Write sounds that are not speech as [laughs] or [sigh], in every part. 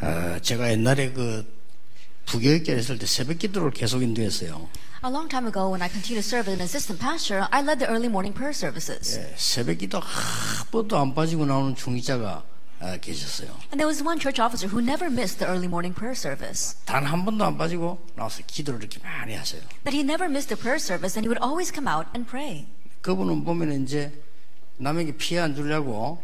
아, 제가 옛날에 그 부교육계를 했을 때 새벽 기도를 계속 인도했어요. A long time ago, when I continued to serve as an assistant pastor, I led the early morning prayer services. 예, 새벽 기도 한 번도 안 빠지고 나오는 중위자가 아, 계셨어요. And there was one church officer who never missed the early morning prayer service. 단 한 번도 안 빠지고 나와서 기도를 이렇게 많이 하세요. That he never missed the prayer service and he would always come out and pray. 그분은 보면 이제 남에게 피해 안 주려고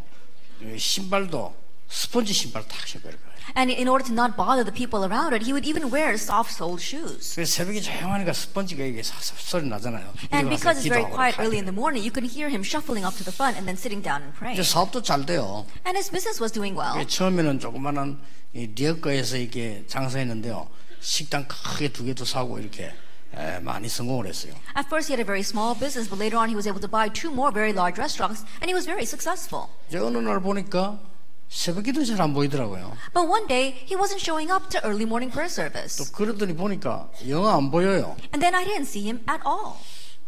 예, 신발도 스펀지 신발 딱 신발 거예요. And in order to not bother the people around it, he would even wear soft soled shoes. 그 새벽에 조용하니까 스펀지가 이게 사사 소리 나잖아요. 일어나서 And because it's very 기도하고 quiet 그래요. early in the morning, you can hear him shuffling up to the front and then sitting down and praying. 이제 사업도 잘 돼요. And his business was doing well. 예, 처음에는 조그마한 이 리어커에서 이렇게 장사했는데요. 식당 크게 두 개도 사고 이렇게 에, 많이 성공을 했어요. At first, he had a very small business, but later on, he was able to buy two more very large restaurants, and he was very successful. 이제 어느 날 보니까 새벽기도 잘 안 보이더라고요. But one day, he wasn't showing up to early morning prayer 또 service. 그러더니 보니까 영화 안 보여요. And then I didn't see him at all.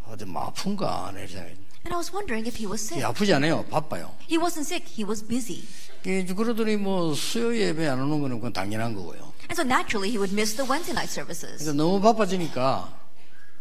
어디 뭐 아픈가 내 생각에. And I was wondering if he was 예, sick. 아프지 않아요. 바빠요. He wasn't sick, he was busy. 예, 이제 그러더니 뭐 수요 예배 안 오는 거는 그건 당연한 거고요. And so naturally, he would miss the Wednesday night services. 그러니까 너무 바빠지니까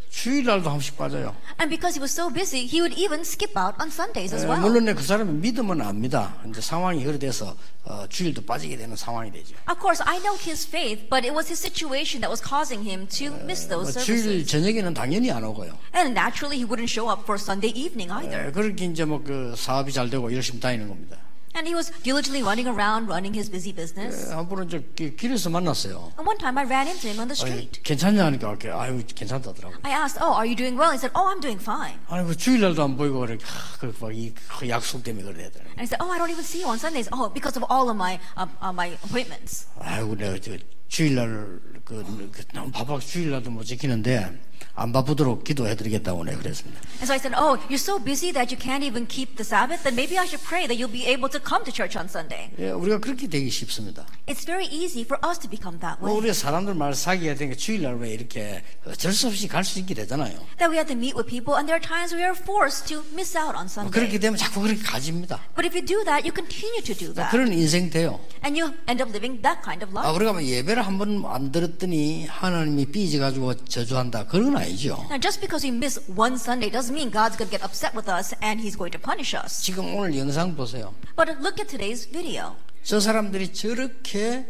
주일날도 한 번씩 빠져요. And because he was so busy, he would even skip out on Sundays as 예, well. 물론 그 사람이 믿으면 압니다. 이제 상황이 그래돼서 어, 주일도 빠지게 되는 상황이 되죠. Of course, I know his faith, but it was his situation that was causing him to miss 뭐 those 주일 services. 저녁에는 당연히 안 오고요. And naturally, he wouldn't show up for Sunday evening either. 예, 그렇게 이제 뭐 그 사업이 잘 되고 열심히 다니는 겁니다. And he was diligently running around, running his busy 예, business. 한 번은 저 기- 길에서 만났어요. And one time I ran into him on the 아니, street. 괜찮냐 하니까 이렇게 아유 괜찮다더라고. 요 I asked, Oh, are you doing well? He said, Oh, I'm doing fine. 아니 그 주일날도 안 보이고 그래. 뭐 그막이 약속 때문에 그러더라고. And he said, Oh, I don't even see you on Sundays. Oh, because of all of my, uh, uh, my appointments. 아이고 내가 저 주일날 그, 그 너무 바빠 주일날도 못 지키는데 안 바쁘도록 기도해드리겠다고 내가 그랬습니다. And so I said, Oh, you're so busy that you can't even keep the Sabbath? Then maybe I should pray that you'll be able to come to church on Sunday. 예, 우리가 그렇게 되기 쉽습니다. It's very easy for us to become that 뭐 way. 우리가 사람들 말 사귀어야 되니까 주일날 왜 이렇게 어쩔 수 없이 갈 수 있게 되잖아요. That we have to meet with people, and there are times we are forced to miss out on 그렇게 Sunday. 되면 자꾸 그렇게 가집니다. But if you do that, you continue to do that. 그런 인생 돼요. And you end up living that kind of 아, life. 우리가 뭐 예배를 한 번 안 들었더니 하나님이 삐져가지고 저주한다. 그런 건 아니죠. Now, just because we miss one Sunday doesn't mean God's going to get upset with us and He's going to punish us. 지금 오늘 영상 보세요. But look at today's video. 저 사람들이 저렇게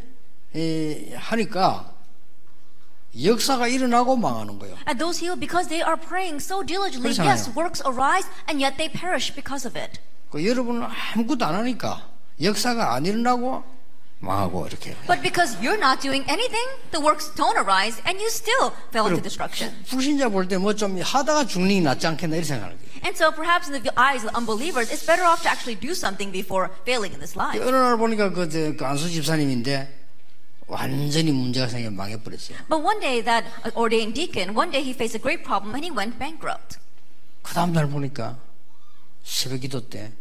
에, 하니까 역사가 일어나고 망하는 거예요. And those healed because they are praying so diligently, 그렇잖아요. yes, works arise, and yet they perish because of it. 그 여러분은 아무것도 안 하니까 역사가 안 일어나고 망하고 이렇게. But because you're not doing anything, the works don't arise, and you still fell into destruction. 불신자 볼 때 뭐 좀 하다가 죽는 게 낫지 않겠나 이렇게 생각하는 거예요. And so, perhaps in the eyes of unbelievers, it's better off to actually do something before failing in this life. 어느 날 보니까 그, 저, 그 안수 집사님인데 완전히 문제가 생겨 망해버렸어요. But one day, that uh, ordained deacon, one day he faced a great problem and he went bankrupt. 그 다음 날 보니까 새벽 기도 때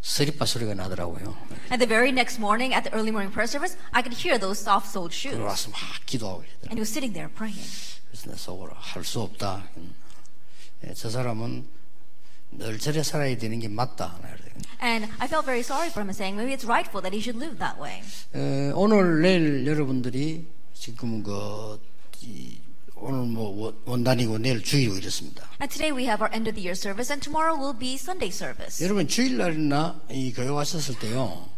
서리빠 소리가 나더라고요. And the very next morning, at the early morning prayer service, I could hear those soft soled shoes. 와서 막 기도하고 있더라고요. And he was sitting there praying. 그래서 내 속으로 할 수 없다. 음. 예, 저 사람은 늘 저래 살아야 되는 게 맞다. 내가 그래요. And I felt very sorry for him, and saying maybe it's rightful that he should live that way. 에, 예, 오늘 내일 여러분들이 지금 그 이, 오늘 뭐 원- 원단이고 내일 주일이고 이렇습니다. And today we have our end of the year service, and tomorrow will be Sunday service. 여러분 주일날이나 이 교회 왔었을 때요.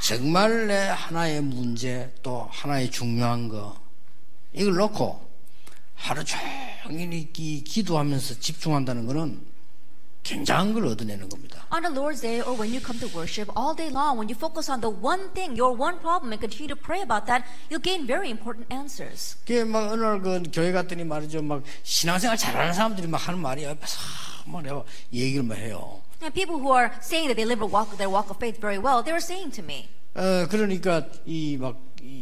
정말 내 하나의 문제 또 하나의 중요한 거 이걸 놓고 하루 종일 이 기- 기도하면서 집중한다는 거는 굉장한 걸 얻어내는 겁니다. On the Lord's Day, or when you come to worship all day long, when you focus on the one thing, your one problem, and continue to pray about that, you'll gain very important answers. 그막 어느 날 그 교회 갔더니 말이죠 막 신앙생활 잘하는 사람들이 막 하는 말이 옆에서 막 내가 얘기를 막 해요. And people who are saying that they live a walk, their walk of faith very well, they were saying to me, 어 그러니까 이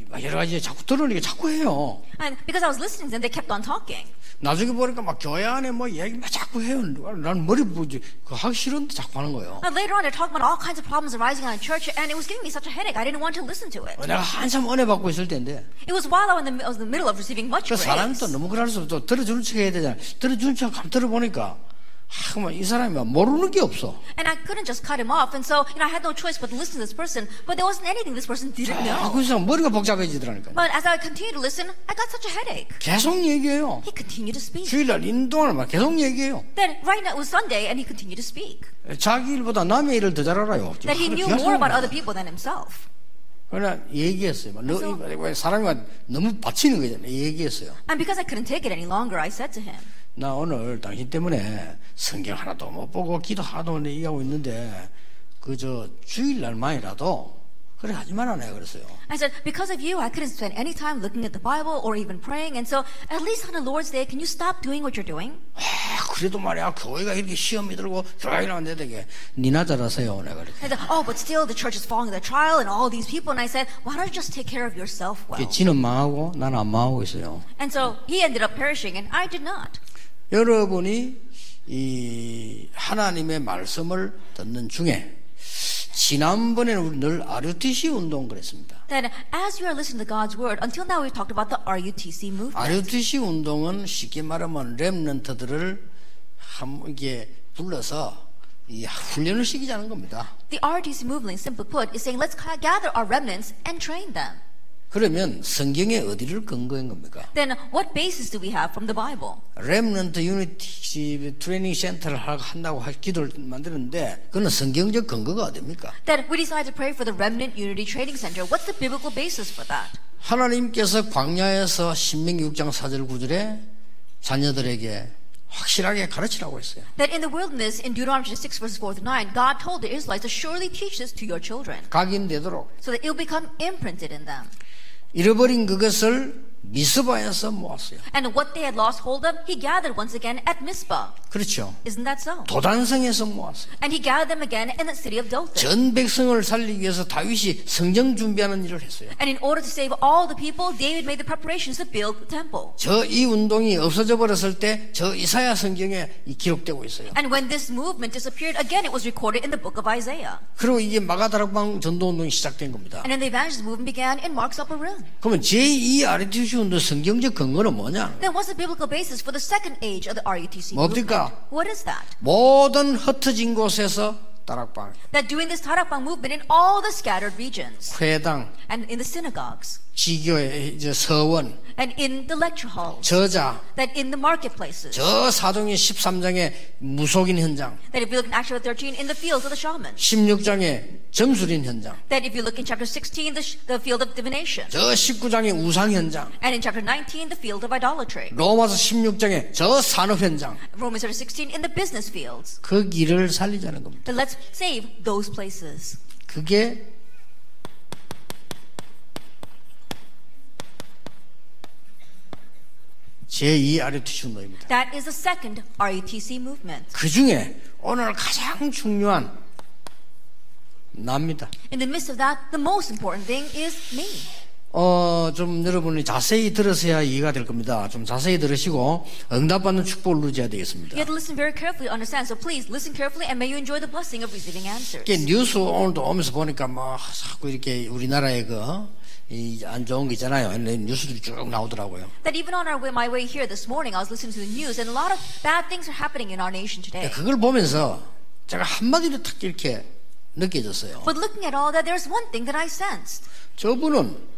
막 여러 가지 자꾸 들으니까 자꾸 해요. and because I was listening to them, they kept on talking. 나중에 보니까 막 교회 안에 뭐 얘기 막 자꾸 해요. 난 머리 부지 그 하기 싫은데 자꾸 하는 거예요. And later on, they're talking about all kinds of problems arising out of church, and it was giving me such a headache. I didn't want to listen to it. 어, 내가 한참 은혜 받고 있을 텐데 It was while I was in the, I was in the middle of receiving much 그 사람이 grace. 또 너무 그럴 수없또 들어주는 척 해야 되잖아. 들어주는 척 하면 들어보니까 아, 그만 이 사람이 막 모르는 게 없어. And I couldn't just cut him off. And so, you know, I had no choice but to listen to this person. But there wasn't anything this person 아, didn't [laughs] know. 그래서 머리가 복잡해지더라니까. But as I continued to listen, I got such a headache. 계속 얘기해요. He continued to speak. 주일날 인동을 막 계속 얘기해요. Then right now it was Sunday and he continued to speak. 자기 일보다 남의 일을 더 잘 알아요. That he knew more about other people than himself. 그러나 얘기했어요. 막 너, 그래서- 왜 사람이 막 너무 바치는 거잖아요. 얘기했어요. And because I couldn't take it any longer, I said to him, 나 오늘 당신 때문에 성경 하나도 못 보고 기도 하나도 못 얘기하고 있는데 그저 주일날만이라도 그래 하지 말아내 그랬어요. I said, because of you, I couldn't spend any time looking at the Bible or even praying. And so, at least on the Lord's Day, can you stop doing what you're doing? 아, 그래도 말이야 교회가 이렇게 시험이 들고 교회는 안 되게 니나 잘하세요 내가 그랬어요. I said, oh, but still, the church is following the trial and all these people. And I said, why don't you just take care of yourself well? 지는 망하고 나는 안 망하고 있어요. And so, he ended up perishing, and I did not. 여러분이 이 하나님의 말씀을 듣는 중에 지난번에는 우리 늘 RUTC 운동 그랬습니다. Then, as you are listening to God's word, until now we've talked about the RUTC movement. RUTC 운동은 쉽게 말하면 랩런트들을 한 이게 불러서 이 훈련을 시키자는 겁니다. The RUTC movement, simply put, is saying, let's ca- gather our remnants and train them. 그러면 성경에 어디를 근거한 겁니까? Then, what basis do we have from the Bible? 랩런트 유니티 트레이닝 센터를 하- 한다고 할 기도를 만드는데 그거는 성경적 근거가 어딥니까? That we decide to pray for the Remnant Unity Training Center. What's the biblical basis for that? 하나님께서 광야에서 신명기 6장 4절 9절에 자녀들에게 확실하게 가르치라고 했어요. That in the wilderness, in Deuteronomy 6, verses 4 to 9, God told the Israelites to surely teach this to your children, 각인되도록 so that it will become imprinted in them. 잃어버린 그것을 미스바에서 모았어요. And what they had lost hold of, he gathered once again at Mizpah. 그렇죠. Isn't that so? 도단성에서 모았어요. And he gathered them again in the city of Dothan. 전 백성을 살리기 위해서 다윗이 성전 준비하는 일을 했어요. And in order to save all the people, David made the preparations to build the temple. 저 이 운동이 없어져 버렸을 때 저 이사야 성경에 이 기록되고 있어요. And when this movement disappeared, again it was recorded in the book of Isaiah. 그리고 이게 마가다락방 전도 운동이 시작된 겁니다. And then the evangelist movement began in Mark's upper room. 그러면 제2 아르티시 운동 성경적 근거는 뭐냐? Then what's the biblical basis for the second age of the RUTC movement? 뭡니까? What is that? 모든 흩어진 곳에서 다락방, That doing this Tarakbang movement in all the scattered regions 회당, and in the synagogues 지교회, 이제 서원, and in the lecture halls, 저자, that in the marketplaces, 저 사동의 13장의 무속인 현장, that if you look in Acts chapter 13, in the fields of the shamans, 16장의 점술인 현장, that if you look in chapter 16, the, sh- the field of divination, 저 19장의 우상 현장, and in chapter 19, the field of idolatry, 로마서 16장의 저 산업 현장, Romans chapter 16, in the business fields. 그 길을 살리자는 겁니다. Then let's save those places. 그게 제2 아르티시 운동입니다. That is the second RUTC movement. 그 중에 오늘 가장 중요한 나입니다. In the midst of that, the most important thing is me. 어, 좀 여러분이 자세히 들으셔야 이해가 될 겁니다. 좀 자세히 들으시고 응답받는 축복을 누려야 되겠습니다. You have to listen very carefully, to understand. So please listen carefully, and may you enjoy the blessing of receiving answers. 이게 뉴스 오늘도 오면서 보니까 막 자꾸 이렇게 우리나라에 그이안 좋은 거 있잖아요. 이런 뉴스들이 쭉 나오더라고요. That even on our way, my way here this morning, I was listening to the news, and a lot of bad things are happening in our nation today. 예, 그걸 보면서 제가 한마디로 탁 이렇게 느껴졌어요. But looking at all that, there's one thing that I sensed. 저분은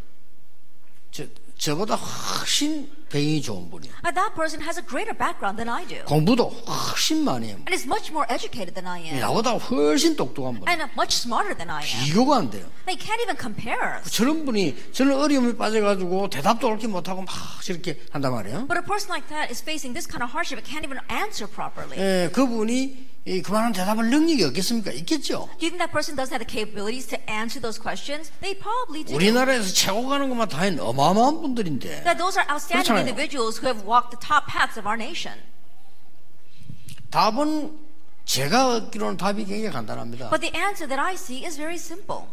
저, 저보다 훨씬 배경이 좋은 분이에요. Uh, that person has a greater background than I do, 공부도 훨씬 많이 해요. and is much more educated than I am, 나보다 훨씬 똑똑한 분. and uh, much smarter than I am. 비교가 안 돼요. They can't even compare us. 저런 분이 저런 어려움에 빠져가지고 대답도 옳게 못하고 막 저렇게 한단 말이에요. But a person like that is facing this kind of hardship and can't even answer properly. 예, 그분이 이 그만한 대답할 능력이 없겠습니까? 있겠죠. Do you think that person doesn't have the capabilities to answer those questions? They probably do. 우리나라에서 최고 가는 것만 다 있는 어마어마한 분들인데 that those are outstanding 그렇잖아요. individuals who have walked the top paths of our nation. 답은 제가 얻기로는 답이 굉장히 간단합니다. But the answer that I see is very simple.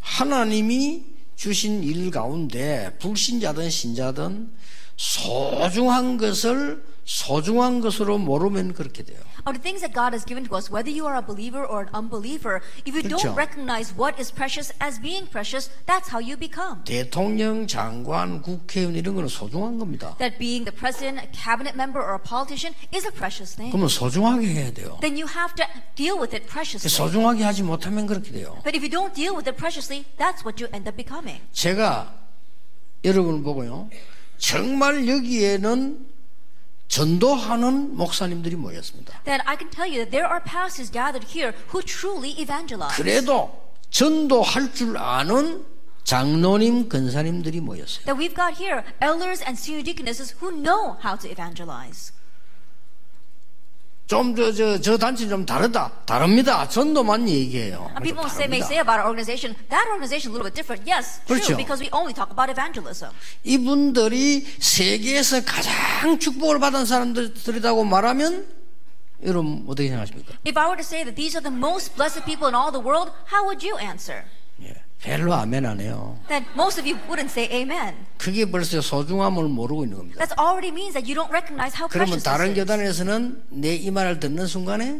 하나님이 주신 일 가운데 불신자든 신자든 소중한 것을 소중한 것으로 모르면 그렇게 돼요. Of the things that God has given to us, whether you are a believer or an unbeliever, if you 그렇죠. don't recognize what is precious as being precious, that's how you become. 대통령, 장관, 국회의원 이런 거는 소중한 겁니다. That being the president, a cabinet member, or a politician is a precious thing. 그러면 소중하게 해야 돼요. Then you have to deal with it preciously. 소중하게 하지 못하면 그렇게 돼요. But if you don't deal with it preciously, that's what you end up becoming. 제가 여러분을 보고요. 정말 여기에는 전도하는 목사님들이 모였습니다. Then I can tell you that there are pastors gathered here who truly evangelize. 그래도 전도할 줄 아는 장로님, 근사님들이 모였어요. That we've got here elders and senior deaconesses who know how to evangelize. 좀 저 저 저 단체 좀 다르다. 다릅니다. 전도만 얘기해요. And people say, may say about our organization, that organization a little bit different. Yes, 그렇죠. true, because we only talk about evangelism. 이분들이 세계에서 가장 축복을 받은 사람들이라고 말하면 여러분 어떻게 생각하십니까? If I were to say that these are the most blessed people in all the world, how would you answer? 예, 별로 아멘 안 해요. Then most of you wouldn't say amen. 그게 벌써 소중함을 모르고 있는 겁니다. That already means that you don't recognize how 그러면 precious 다른 this is. 교단에서는 내 이 말을 듣는 순간에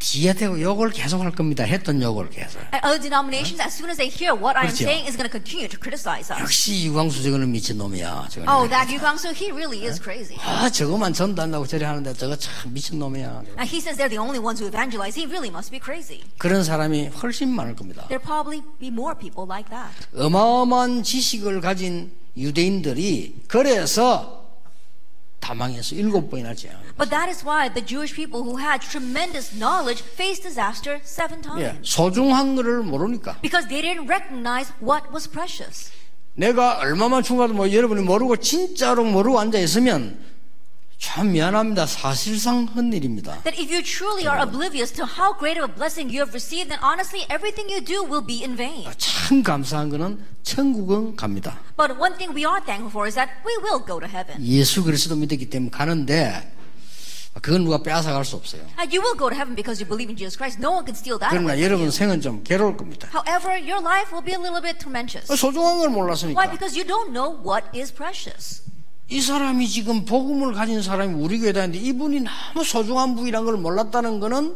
뒤에 대고 욕을 계속 할 겁니다. 했던 욕을 계속. At other denominations, as soon as they hear what I am 그렇죠. saying, is going to continue to criticize us. 역시 유광수 저거는 미친놈이야. 저거는. Oh, that Yu Gang Soo, he really is crazy. 아, 저거만 전달한다고 저래 하는데 저거 참 미친놈이야. Now he says they're the only ones who evangelize. He really must be crazy. 그런 사람이 훨씬 많을 겁니다. There'll probably be more people like that. 어마어마한 지식을 가진 유대인들이 그래서 다망해서 일곱 번이나 재앙. But that is why the Jewish people who had tremendous knowledge faced disaster seven times. 예, 소중한 거를 모르니까 Because they didn't recognize what was precious. 내가 얼마만 충고도 뭐 여러분이 모르고 진짜로 모르고 앉아 있으면 참 미안합니다. 사실상 헌 일입니다. That if you truly are oblivious to how great of a blessing you have received, then honestly, everything you do will be in vain. 참 감사한 거는 천국은 갑니다. But one thing we are thankful for is that we will go to heaven. 예수 그리스도 믿었기 때문에 가는데 그건 누가 빼앗아갈 수 없어요. And you will go to heaven because you believe in Jesus Christ. No one can steal that. 그러나 away. 여러분 생은 좀 괴로울 겁니다. However, your life will be a little bit tormentous. 소중한 걸 Why? 몰랐으니까. Because you don't know what is precious. 이 사람이 지금 복음을 가진 사람이 우리 교회다는데 이분이 너무 소중한 분이란 걸 몰랐다는 거는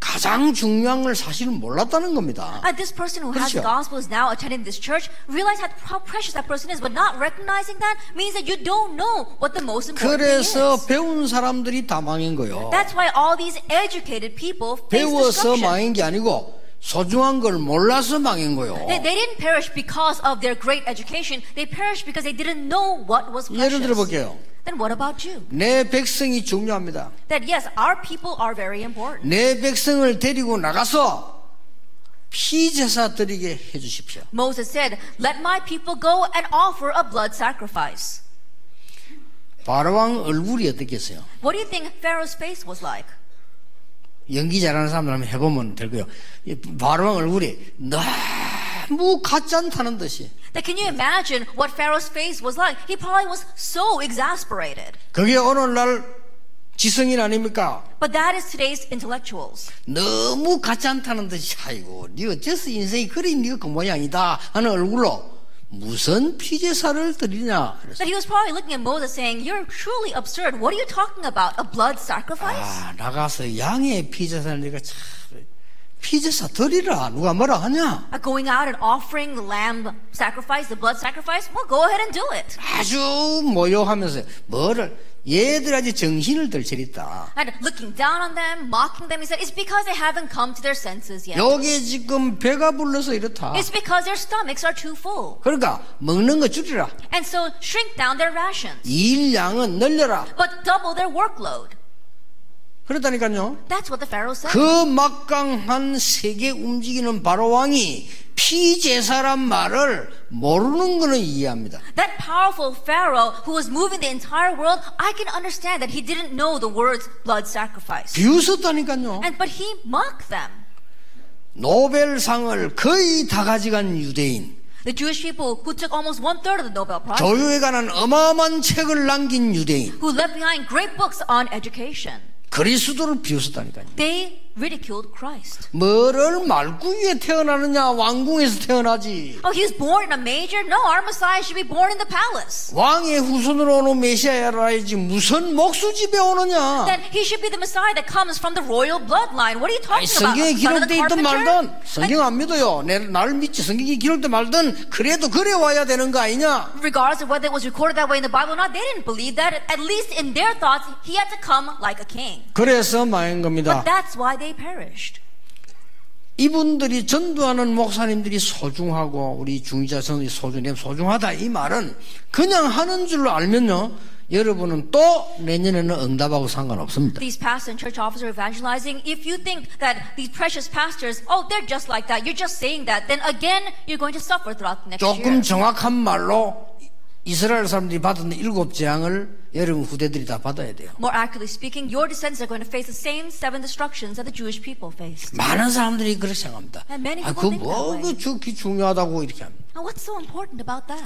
가장 중요한 걸 사실은 몰랐다는 겁니다. Uh, this person who has 그렇죠. the gospel is now attending this church. Realize how, how precious that person is, but not recognizing that means that you don't know what the most important thing is. 그래서 배운 사람들이 다 망인 거요. That's why all these educated people face 배워서 destruction. 망인 게 아니고 소중한 걸 몰라서 망인 거요. They, they didn't perish because of their great education. They perished because they didn't know what was 예를 들어 precious. 볼게요. Then what about you? 내 백성이 중요합니다. That yes, our people are very important. 내 백성을 데리고 나가서 피제사 드리게 해 주십시오. Moses said, "Let my people go and offer a blood sacrifice." 바로왕 얼굴이 어떻겠어요? What do you think Pharaoh's face was like? 연기 잘하는 사람들 한번 해보면 될 거예요. 이 바로왕 얼굴이 너무 같지 않다는 듯이. That can you imagine what Pharaoh's face was like? He probably was so exasperated. 그게 오늘날 지성인 아닙니까? But that is today's intellectuals. 너무 같지 않다는 듯이 아이고 니 어째서 인생이 그리 니가 그 모양이다 하는 얼굴로 무슨 피제사를 드리냐 그래서 That he was probably looking at Moses saying, You're truly absurd. What are you talking about? A blood sacrifice? 아 나가서 양의 피제사를 니가 참 피제사 드리라 누가 뭐라 하냐 Uh, Going out and offering the lamb sacrifice, the blood sacrifice? Well, go ahead and do it. 아주 모욕하면서 뭐를 얘들 아직 정신을 들 차렸다 And looking down on them, mocking them, he said, It's because they haven't come to their senses yet. 여기 지금 배가 불러서 이렇다. It's because their stomachs are too full. 그러니까 먹는 거 줄이라. And so shrink down their rations, 일량은 늘려라. but double their workload. 그렇다니까요. That's what the Pharaoh said. 그 막강한 세계 움직이는 바로 왕이 피제사란 말을 모르는 거는 이해합니다. That powerful Pharaoh who was moving the entire world, I can understand that he didn't know the words blood sacrifice. 비웃었다니까요. And but he mocked them. 노벨상을 거의 다 가져간 유대인, The Jewish people who took almost one third of the Nobel Prize, 교육에 관한 어마어마한 책을 남긴 유대인, who left behind great books on education, 그리스도를 비웃었다니까요. they ridiculed Christ. 뭐를 말구유에 태어나느냐 왕궁에서 태어나지 Oh, he's born in a manger? No, our Messiah should be born in the palace. 왕의 후손으로 오는 메시아라 해야지 무슨 목수집에 오느냐 Then he should be the Messiah that comes from the royal bloodline. What are you talking about? 성경에 Son of 기록돼 the 있든 말든 carpenter? 성경 안 믿어요 내, 나를 믿지 성경에 기록돼 말든 그래도 그래 와야 되는 거 아니냐 regardless of whether it was recorded that way in the Bible or not, they didn't believe that. At least in their thoughts, he had to come like a king. 그래서 망한 But 겁니다 that's why they perished. 이분들이 전도하는 목사님들이 소중하고 우리 중지자 선생이 소중해 소중하다 이 말은 그냥 하는 줄로 알면요 여러분은 또 내년에는 응답하고 상관없습니다. These pastors and church officers evangelizing, if you think that these precious pastors, oh, they're just like that, you're just saying that, then again, you're going to suffer throughout the next 조금 year. 정확한 말로 이스라엘 사람들이 받은 일곱 재앙을 여러분 후대들이 다 받아야 돼요. More accurately speaking, your descendants are going to face the same seven destructions that the Jewish people faced. 많은 사람들이 그렇게 생각합니다. And many 아, people 그 think 뭐, that way. 그 죽기 중요하다고 이렇게 합니다. Now, what's so important about that?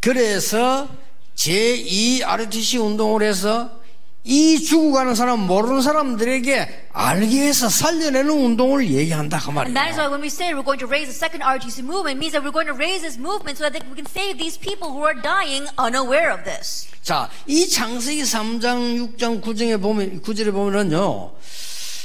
그래서 제2 RTC 운동을 해서 이 죽어가는 사람 모르는 사람들에게 알게 해서 살려내는 운동을 얘기한다 그 And that is 말이에요. why when we say we're going to raise the second RTC movement, it means that we're going to raise this movement so that we can save these people who are dying unaware of this. 자, 이 창세기 3장 6장 9장에 보면 9절에 보면은요.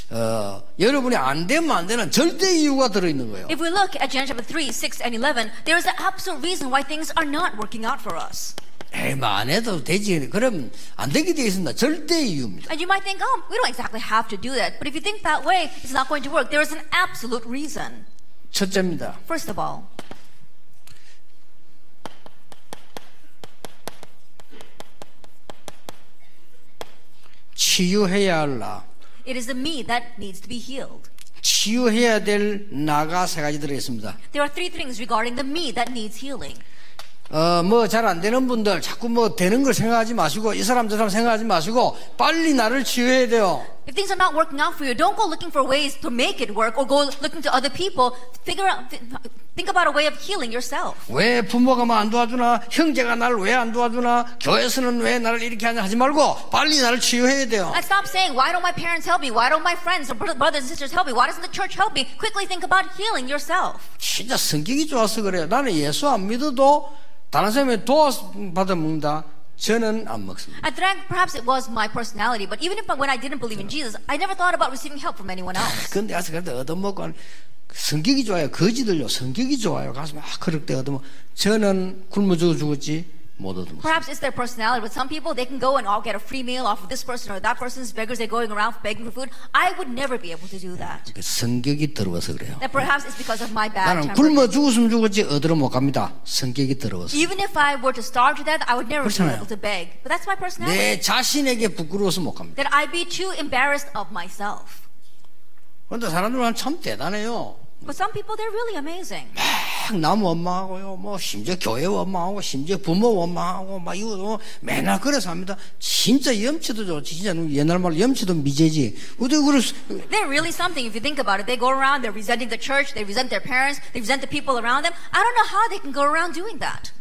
어, 여러분이 안 되면 안 되는 절대 이유가 들어 있는 거예요. If we look at Genesis chapter 3, 6, and 11, there is an absolute reason why things are not working out for us. 에이, 뭐안 해도 되지. 그럼 안 되게 되어 있습니다. 절대 이유입니다. And you might think, oh, we don't exactly have to do that. But if you think that way, it's not going to work. There is an absolute reason. 첫째입니다. First of all, 치유해야 할 나. it is the me that needs to be healed. 치유해야 될 나가 세 가지 들어 있습니다. There are three things regarding the me that needs healing. 어, 뭐 잘 안 되는 분들 자꾸 뭐 되는 걸 생각하지 마시고 이 사람 저 사람 생각하지 마시고 빨리 나를 치유해야 돼요. If things are not working out for you, don't go looking for ways to make it work or go looking to other people. Figure out, think about a way of healing yourself. 왜 부모가 뭐 안 도와주나 형제가 나를 왜 안 도와주나 교회에서는 왜 나를 이렇게 하냐 하지 말고 빨리 나를 치유해야 돼요. And stop saying, why don't my parents help me? Why don't my friends or bro- brothers and sisters help me? Why doesn't the church help me? Quickly think about healing yourself. 진짜 성격이 좋아서 그래요. 나는 예수 안 믿어도 다른 사람이 도와받아 먹는다. 저는 안 먹습니다. I think perhaps it was my personality, but even if I, when I didn't believe in Jesus, I never thought about receiving help from anyone else. 근데 가서 그래도 얻어먹고 하는- 성격이 좋아요. 거지들요. 성격이 좋아요. 가서 막 그럴 때 얻어먹. 저는 굶어 죽어 죽었지 못 얻어먹어요. Perhaps it's their personality, but some people they can go and all get a free meal off of this person or that person's beggars. They're going around begging for food. I would never be able to do that. 그 성격이 더러워서 그래요. That perhaps it's because of my bad 나는 temper. 굶어 죽었으면 죽었지 얻으러 못 갑니다. 성격이 더러워서. Even if I were to starve to death, I would never be 그렇잖아요. able to beg. But that's my 내 personality. 자신에게 부끄러워서 못 갑니다. That I'd be too embarrassed of myself. 그런데 사람들은 참 대단해요. But some people, they're really amazing. 막 남 원망하고요, 뭐 심지어 교회 원망하고, 심지어 부모 원망하고, 막 이거 뭐 맨날 그래서 합니다. 진짜 염치도 좋지, 진짜 옛날 말로 염치도 미제지. 어떻게 그럴 수? They're really something if you think about it. They go around, they're resenting the church, they resent their parents, they resent the people around them. I don't know how they can go around doing that.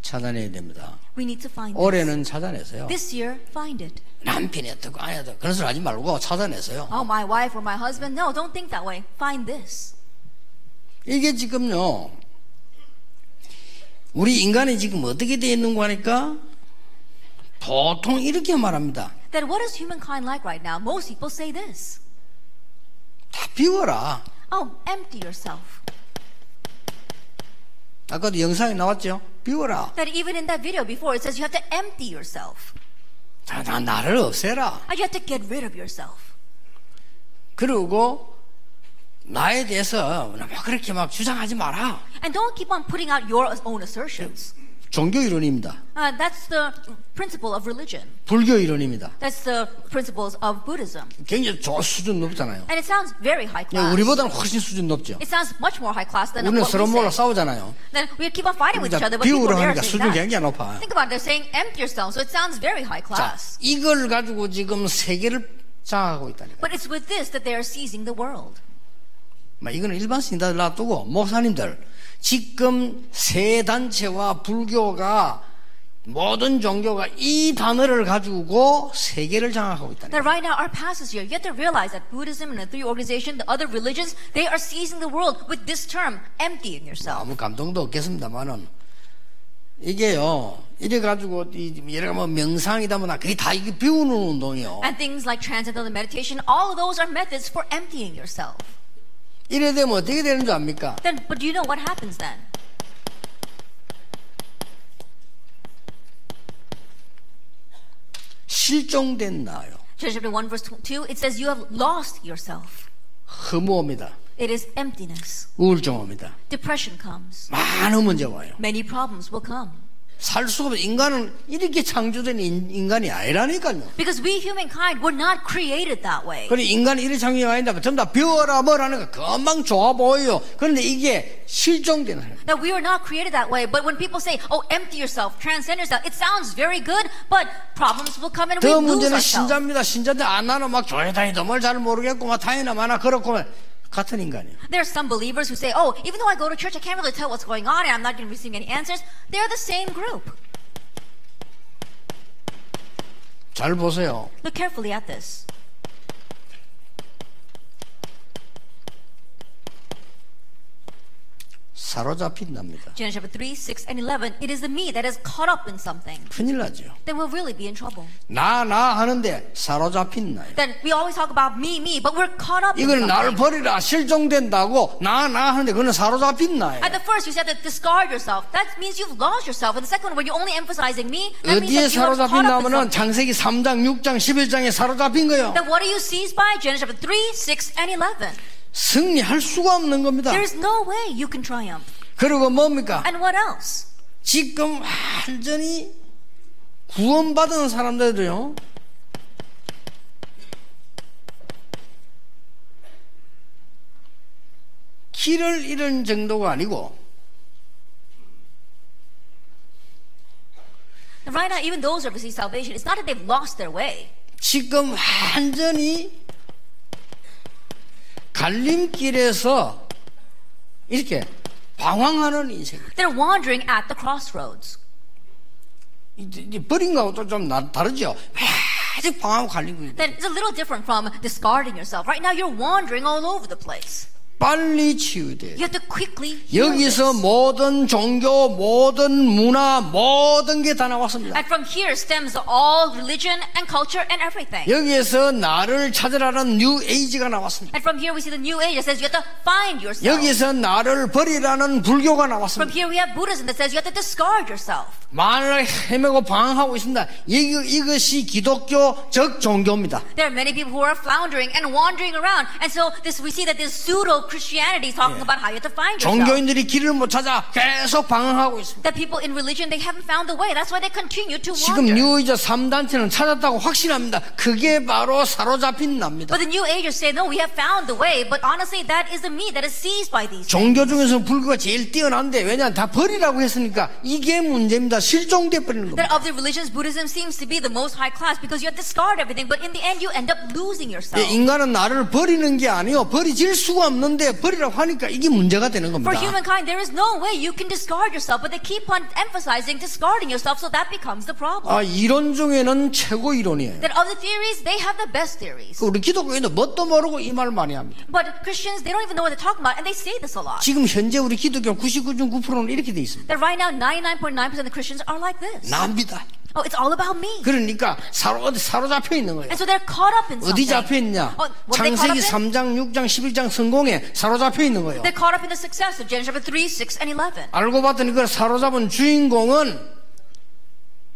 찾아내야 됩니다. We need to find this. 올해는 찾아내세요. This year, find it. 남편이 어떻고 아니 어떻고 그런 소리 하지 말고 찾아내세요. Oh, my wife or my husband. No, don't think that way. Find this. 이게 지금요, 우리 인간이 지금 어떻게 돼 있는가 하니까 보통 이렇게 말합니다. That what is humankind like right now? Most people say this. 다 비워라. Oh, empty yourself. 아까도 영상에 나왔죠? 비워라. That even in that video before, it says you have to empty yourself. 다, 다 나를 없애라. And you have to get rid of yourself. 그리고 나에 대해서 막 그렇게 막 주장하지 마라. And don't keep on putting out your own assertions. 종교 이론입니다. Uh, that's the principle of religion. 불교 이론입니다. That's the principles of Buddhism. 굉장히 저 수준 높잖아요. And it sounds very high 예, class. 우리보다는 훨씬 수준 높죠. It sounds much more high class than 우리는 what 서로 we 몰라 say. 싸우잖아요. Then we keep on fighting with each 그러니까 other, but people 비우라 there 하니까 saying 수준 that. 굉장히 높아. Think about it. They're saying empty yourself, so it sounds very high 자, class. 이걸 가지고 지금 세계를 장악하고 있다니까. But it's with this that they are seizing the world. 막 이거는 일반 신자들 놔두고 목사님들 지금 세 단체와 불교가 모든 종교가 이 단어를 가지고 세계를 장악하고 있다는 That right now our pastors here, you have to realize that Buddhism and the three organizations, the other religions, they are seizing the world with this term, emptying yourself. 아무 감동도 없겠습니다만은 이게요 이래 가지고 이 예를 들면 명상이다 뭐나 그게 다 이게 비우는 운동이요. And things like transcendental meditation, all of those are methods for emptying yourself. 이래 되면 어떻게 되는 줄 압니까? Then, but do you know what happens then? 실종된 나요. Chapter chapter 1, verse 2, it says, You have lost yourself. 허무합니다. It is emptiness. 우울증 옵니다. Depression comes. 많은 문제 와요. Many problems will come. 살 수가 없어. 인간은 이렇게 창조된 인, 인간이 아니라니까요. Because we humankind were not created that way. 그래 인간이 이렇게 창조가 아닌다면 뭐 전부 다 비워라 뭐라는 거 금방 좋아 보여요. 그런데 이게 실종되는 거예요. That we were not created that way. But when people say, oh, empty yourself, transcend yourself, it sounds very good, but problems will come and we 더 lose 문제는 ourselves. 신자입니다. 신자인데 안 나는 막 교회 다니도 뭘잘 모르겠고 막 타이나 마나 그렇고 막 같은 인간이에요. There are some believers who say, oh, even though I go to church, I can't really tell what's going on and I'm not going to receive any answers. They're the same group. 잘 보세요. Look carefully at this. 사로잡힌답니다. Genesis chapter 3, 6, and 11. It is the me that is caught up in something. 큰일 나죠. Then we'll really be in trouble. 나 나 하는데 사로잡힌 나요. Then we always talk about me, me, but we're caught up in 이거는 나를 something. 버리라 실종된다고 나 나 하는데 그거는 사로잡힌 나예요. At the first, you said that discard yourself. That means you've lost yourself. And the second one, when you're only emphasizing me, that means 어디에 that you are caught up in 사로잡힌다면은 something. 장세기 3장, 6장, 11장에 사로잡힌 거예요. Then what are you seized by? Genesis chapter 3, 6, and 11. 승리할 수가 아- 없는 겁니다. There is no way you can triumph. 그리고 뭡니까? And what else? 지금 완전히 구원받은 사람들도요. 길을 잃은 정도가 아니고 And right now, even those who have received salvation, it's not that they've lost their way. 지금 완전히 갈림길에서 이렇게 방황하는 인생. They're wandering at the crossroads. 이제 이제 버린 거하고 또 좀 다르죠. 아직 방하고 갈리고 있고. Then it's a little different from discarding yourself. Right now, you're wandering all over the place. 빨리 치유돼. You have to quickly. heal this. 여기서 모든 종교, 모든 문화, 모든 게 다 나왔습니다. And from here stems all religion and culture and everything. 여기에서 나를 찾으라는 뉴 에이지가 나왔습니다. And from here we see the new age that says you have to find yourself. 여기서 나를 버리라는 불교가 From 나왔습니다. here we have Buddhism that says you have to discard yourself. 만을 헤매고 방황하고 있습니다. 이, 이것이 기독교 적 종교입니다. There are many people who are floundering and wandering around. And so this we see that this pseudo Christianity is talking about how you have to find yourself. 종교인들이 길을 못 찾아 계속 방황하고 있습니다. That people in religion they haven't found the way. That's why they continue to 지금 wander. 뉴이자 3단체는 찾았다고 확신합니다. 그게 바로 사로잡힌 납니다. But the new agers say, no, we have found the way. But honestly, that is the me that is seized by these. 종교 중에서 불교가 제일 뛰어난데 왜냐 다 버리라고 했으니까 이게 문제입니다. 실종돼 버리는 겁니다. That of the religions, Buddhism seems to be the most high class because you have to discard everything. But in the end, you end up losing 예, yourself. 인간은 나를 버리는 게 아니요 버리질 수가 없는데 버리라고 하니까 이게 문제가 되는 For 겁니다. humankind, there is no way you can discard yourself, but they keep on emphasizing discarding yourself, so that becomes the problem. 아 이론 중에는 최고 이론이에요. That of the theories, they have the best theories. 우리 기독교인도 뭣도 모르고 이 말 많이 합니다. But Christians, they don't even know what they're talking about, and they say this a lot. 지금 현재 우리 기독교 99.9%는 이렇게 돼 있습니다. That right now, 99.9% of the Christians are like this. 납니다. Oh, it's all about me. 그러니까 사로 사로잡혀 있는 거예요. And so they're caught up in 어디 잡혀 something. 있냐? Oh, what they caught 창세기 up in? 3장, 6장, 11장 성공에 사로잡혀 있는 거예요. They're caught up in the success of Genesis chapter 3, 6, and 11. 알고 봤더니 그걸 사로잡은 주인공은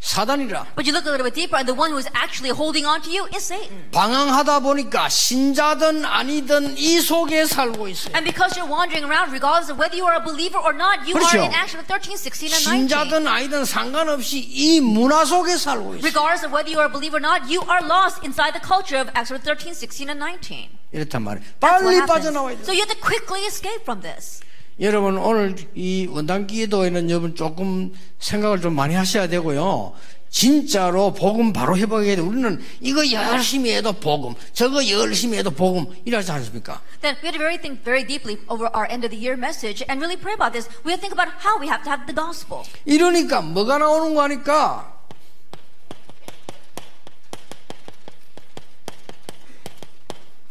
사단이라. But you look a little bit deeper, and the one who is actually holding on to you is Satan. 방황하다 보니까 신자든 아니든 이 속에 살고 있어요. And because you're wandering around, regardless of whether you are a believer or not, you are 그렇죠. in action with 13, 16, and 19. 신자든 아니든 상관없이 이 문화 속에 살고 있어요. Regardless of whether you are a believer or not, you are lost inside the culture of Acts 13, 16, and 19. 이렇단 말이에요. That's what 빨리 happens. 빠져나와야 돼요. So you have to quickly escape from this. 여러분 오늘 이 원단 기도에는 여러분 조금 생각을 좀 많이 하셔야 되고요. 진짜로 복음 바로 회복해야 돼. 우리는 이거 열심히 해도 복음, 저거 열심히 해도 복음 이러지 않습니까? Then we have to very think very deeply over our end of the year message and really pray about this. We have to think about how we have to have the gospel. 이러니까 뭐가 나오는 거 아니까?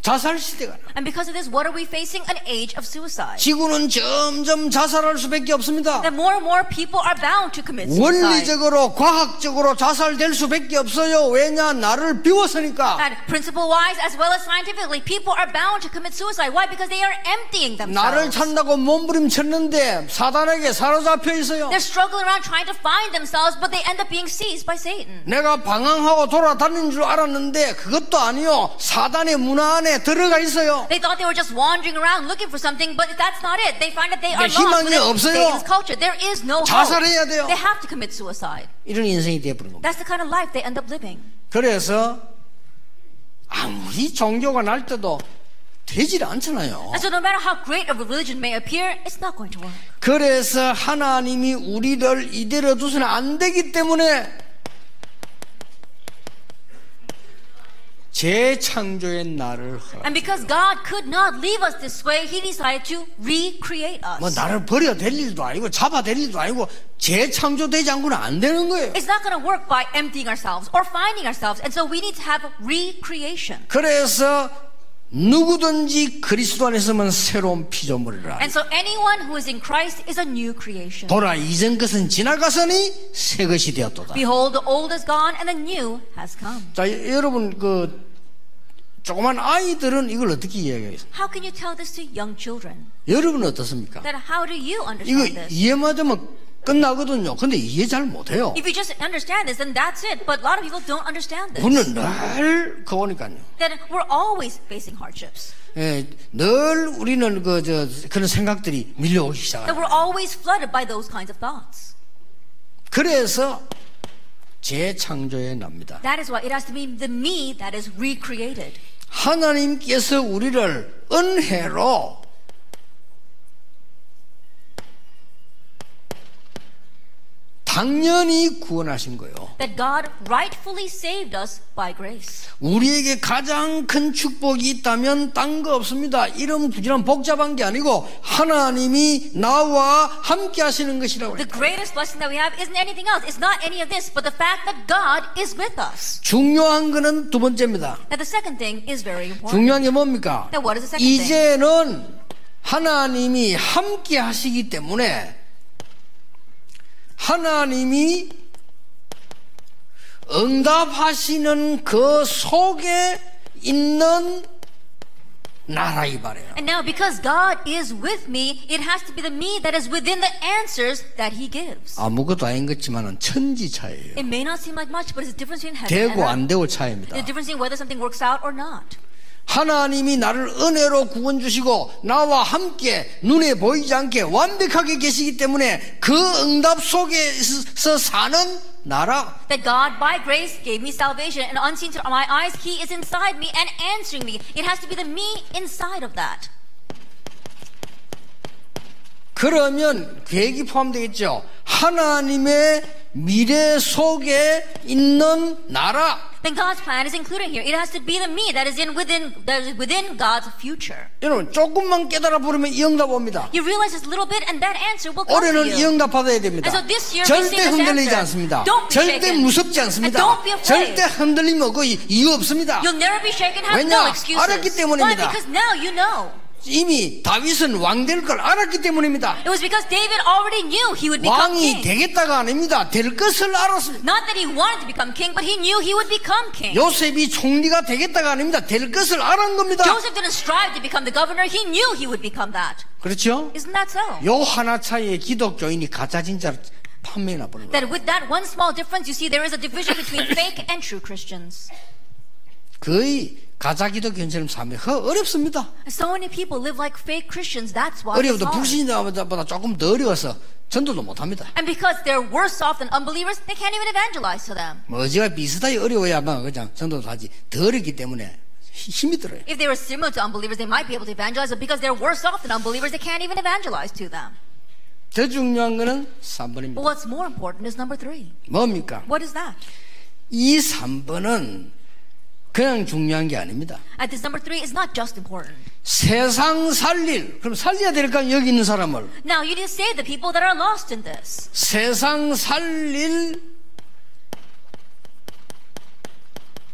자살 시대가 나. And because of this, what are we facing? An age of suicide. 지구는 점점 자살할 수밖에 없습니다. That more and more people are bound to commit suicide. 원리적으로 과학적으로 자살될 수밖에 없어요. 왜냐? 나를 비웠으니까. And principle wise, as well as scientifically, people are bound to commit suicide. Why? Because they are emptying 나를 themselves. 찾는다고 몸부림쳤는데 사단에게 사로잡혀 있어요. They're struggling around trying to find themselves, but they end up being seized by Satan. 내가 방황하고 돌아다니는 줄 알았는데 그것도 아니요. 사단의 문화 안에 들어가 있어요. They thought they were just wandering around looking for something, but that's not it. They find that they are 근데 희망이 lost 없어요. within Satan's culture. There is no hope. 자살해야 돼요. They have to commit suicide. 이런 인생이 되어버린 겁니다. That's the kind of life they end up living. 그래서 아무리 종교가 날 때도 되질 않잖아요. And so no matter how great a religion may appear, it's not going to work. 그래서 하나님이 우리를 이대로 두서는 안 되기 때문에 재창조의 나를 허락. And because God could not leave us this way, He decided to recreate us. 뭐 나를 버려 될 일도 아니고 잡아 될 일도 아니고 재창조되지 않고는 안 되는 거예요. It's not going to work by emptying ourselves or finding ourselves. And so we need to have recreation. 그래서 누구든지 그리스도 안에서만 새로운 피조물이라. And so anyone who is in Christ is a new creation. 보라 이전 것은 지나가서니 새 것이 되었도다. Behold, the old is gone and the new has come. 자 여- 여러분 그 조그만 아이들은 이걸 어떻게 이해해요? How can you tell this to young children? 여러분은 어떻습니까? Then how do you 이거 understand this? 이해만 되면 끝나거든요. 근데 이해 잘 못해요. If you just understand this, then that's it. But a lot of people don't understand this. 우리는 늘 그거니까요. Then we're always facing hardships. 예, 늘 우리는 그 저 그런 생각들이 밀려오기 That 시작해요. we're always flooded by those kinds of thoughts. 그래서 재창조에 납니다. That is why it has to be the me that is recreated. 하나님께서 우리를 은혜로 당연히 구원하신 거예요. That God rightfully saved us by grace. 우리에게 가장 큰 축복이 있다면 딴 거 없습니다. 이런 부지런 복잡한 게 아니고 하나님이 나와 함께 하시는 것이라고 The 해요. greatest blessing that we have isn't anything else. It's not any of this, but the fact that God is with us. 중요한 거는 두 번째입니다. Now, the second thing is very important. 중요한 게 뭡니까? Now, what is the second thing? 이제는 하나님이 함께 하시기 때문에 하나님이 응답하시는 그 속에 있는 나라 이 말이에요. And now, because God is with me, it has to be the me that is within the answers that He gives. 아무것도 아닌 것지만 천지 차이에요. It may not seem like much, but it's the difference between heaven and 되고 earth. 안 되고 The 차이입니다. difference in whether something works out or not. 하나님이 나를 은혜로 구원 주시고 나와 함께 눈에 보이지 않게 완벽하게 계시기 때문에 그 응답 속에서 사는 나라. That God, by grace, gave me salvation, and unseen to my eyes, He is inside me and answering me. It has to be the me inside of that. 그러면 계획이 포함되겠죠. 하나님의 미래 속에 있는 나라. Then God's plan is included here. It has to be the me that is in within that is within God's future. 여러분 조금만 깨달아 부르면 이 응답 옵니다. You realize this little bit, and that answer will come to 올해는 이 you. 응답 받아야 됩니다. Oh, And so this year we 절대 see this 흔들리지 answer. 않습니다. Don't be 절대 shaken. 무섭지 And 않습니다. don't be afraid. 절대 흔들림 없고 이- 이유 없습니다. You'll never be shaken. Have 왜냐? no excuses. 알았기 Why? 때문입니다. Because now you know. 이미 다윗은 왕 될 걸 알았기 때문입니다. It was because David already knew he would become 왕이 king. 되겠다가 아닙니다. 될 것을 알았습니다. Not that he wanted to become king, but he knew he would become king. 요셉이 총리가 되겠다가 아닙니다. 될 것을 알은 겁니다. Joseph didn't strive to become the governor. He knew he would become that. 그렇죠? Isn't that so? 요 하나 차이에 기독교인이 가짜 진짜를 판매나 보는 거예요. That with that one small difference, you see there is a division between [laughs] fake and true Christians. 거의 가짜 기독교인처럼 삶이 허, 어렵습니다. So many people live like fake Christians. That's why. it's 어려워도 hard. 불신자보다 조금 더 어려워서 전도도 못합니다. And because they're worse off than unbelievers, they can't even evangelize to them. 뭐 어지가 비슷하게 어려워야만 그냥 전도도 하지 더 어렵기 때문에 히- 힘이 들어요. If they were similar to unbelievers, they might be able to evangelize, but because they're worse off than unbelievers, they can't even evangelize to them. 더 중요한 거는 But 3번입니다. what's more important is number three. 뭡니까? What is that? 이 3번은 그냥 중요한 게 아닙니다. And this number three is not just important. 세상 살릴, 그럼 살려야 될까? 여기 있는 사람을. Now, you didn't say the people that are lost in this. 세상 살릴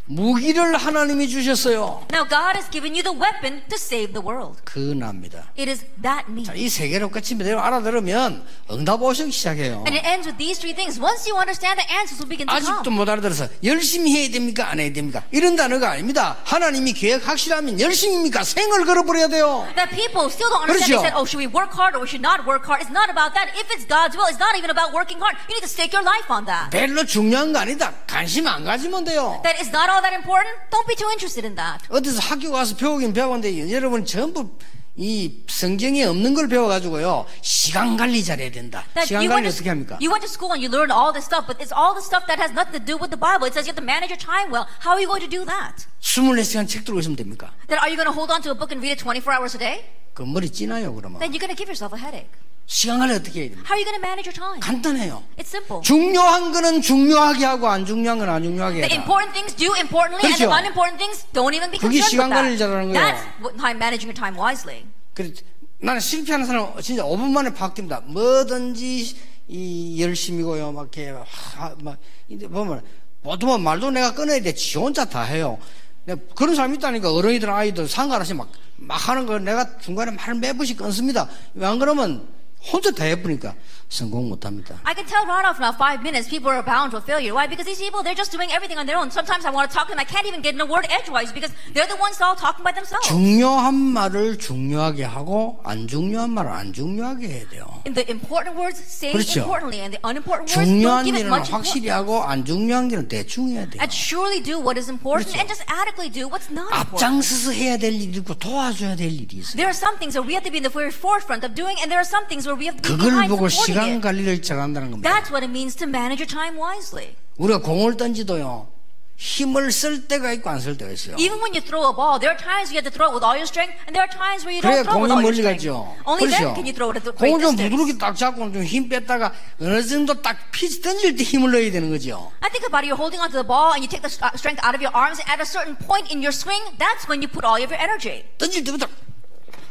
무기를 하나님이 주셨어요. Now, God has given you the weapon to save the world. 그납니다. It is that meat. 자, 이 세 개로 끝입니다. 이걸 알아들으면 응답 오시기 시작해요. And it ends with these three things. Once you understand, the answers will begin to 아직도 come. 못 알아들어서 열심히 해야 됩니까? 안 해야 됩니까? 이런 단어가 아닙니다. 하나님이 계획 확실하면 열심입니까? 생을 걸어버려야 돼요. That people still don't 그렇죠. understand. They said, oh, should we work hard or we should not work hard? It's not about that. If it's God's will, it's not even about working hard. You need to stake your life on that. 별로 중요한 거 아니다. 관심 안 가지면 돼요. That is not all that important. Don't be too interested in that. 어디서 학교 가서 배우긴 배웠는데 여러분 전부 이 성경에 없는 걸 배워가지고요 시간 관리 잘해야 된다. That 시간 you 관리 went, 어떻게 to, 합니까? you went to school and you learned all this stuff, but it's all the stuff that has nothing to do with the Bible. It says you have to manage your time well. How are you going to do that? 24시간 책 들고 있으면 됩니까? Then are you going to hold on to a book and read it 24 hours a day? 그 머리 찌나요 그러면? Then you're going to give yourself a headache. 시간 관리 어떻게 해야 됩니까? How are you going to manage your time? 간단해요. It's simple. 중요한 거는 중요하게 하고 안 중요한 건 안 중요하게 The 해라. important things do importantly, and 그렇죠. the unimportant things don't even be 그게 concerned 시간 관리를 with 잘하는 that. 거예요. That's what time managing your time wisely. 그래, 나는 실패하는 사람 진짜 5분 만에 바뀝니다. 뭐든지 이 열심이고요, 막 이렇게 하- 막 이제 보면 보통은 말도 내가 끊어야 돼. 지 혼자 다 해요. 근데 그런 사람 있다니까 어른이든 아이든 상관없이 막, 막 하는 거 내가 중간에 말을 몇 번씩 끊습니다. 왜 안 그러면 혼자 다 해보니까 성공 못합니다. I can tell right off now five minutes people are bound to failure. Why? Because these people, they're just doing everything on their own. Sometimes I want to talk to them, I can't even get in a word edgewise because they're the ones all talking by themselves. 중요한 말을 중요하게 하고 안 중요한 말을 안 중요하게 해야 돼요. In the important words, say 그렇죠. importantly, and the unimportant words, don't 중요한 give 일은 it much 확실히 importance. 하고 안 중요한 일은 대충 해야 돼요. And surely do what is important 그렇죠. and just adequately do what's not important. 앞장서서 해야 될 일이 있고 도와줘야 될 일이 있어요. There are some things where we have to be in the very forefront of doing, and there are some things where we have to be 그걸 behind 보고 supporting 시간 it. 관리를 잘한다는 겁니다. That's what it means to manage your time wisely. 우리가 공을 던지도요. 힘을 쓸 때가 있고 안 쓸 때가 있어요. Even when you throw a ball, there are times you have to throw it with all your strength, and there are times where you 그래야 don't throw with 공이 all your 멀리 strength. 가죠. Only then 그렇죠. can you throw it at the great 공을 좀 distance. 부드럽게 딱 잡고 좀 힘 뺐다가 어느 정도 딱 피지 던질 때 힘을 넣어야 되는 거죠. I think about it, you're holding onto the ball and you take the s- uh, strength out of your arms, and at a certain point in your swing, that's when you put all of your energy. 던질 때부터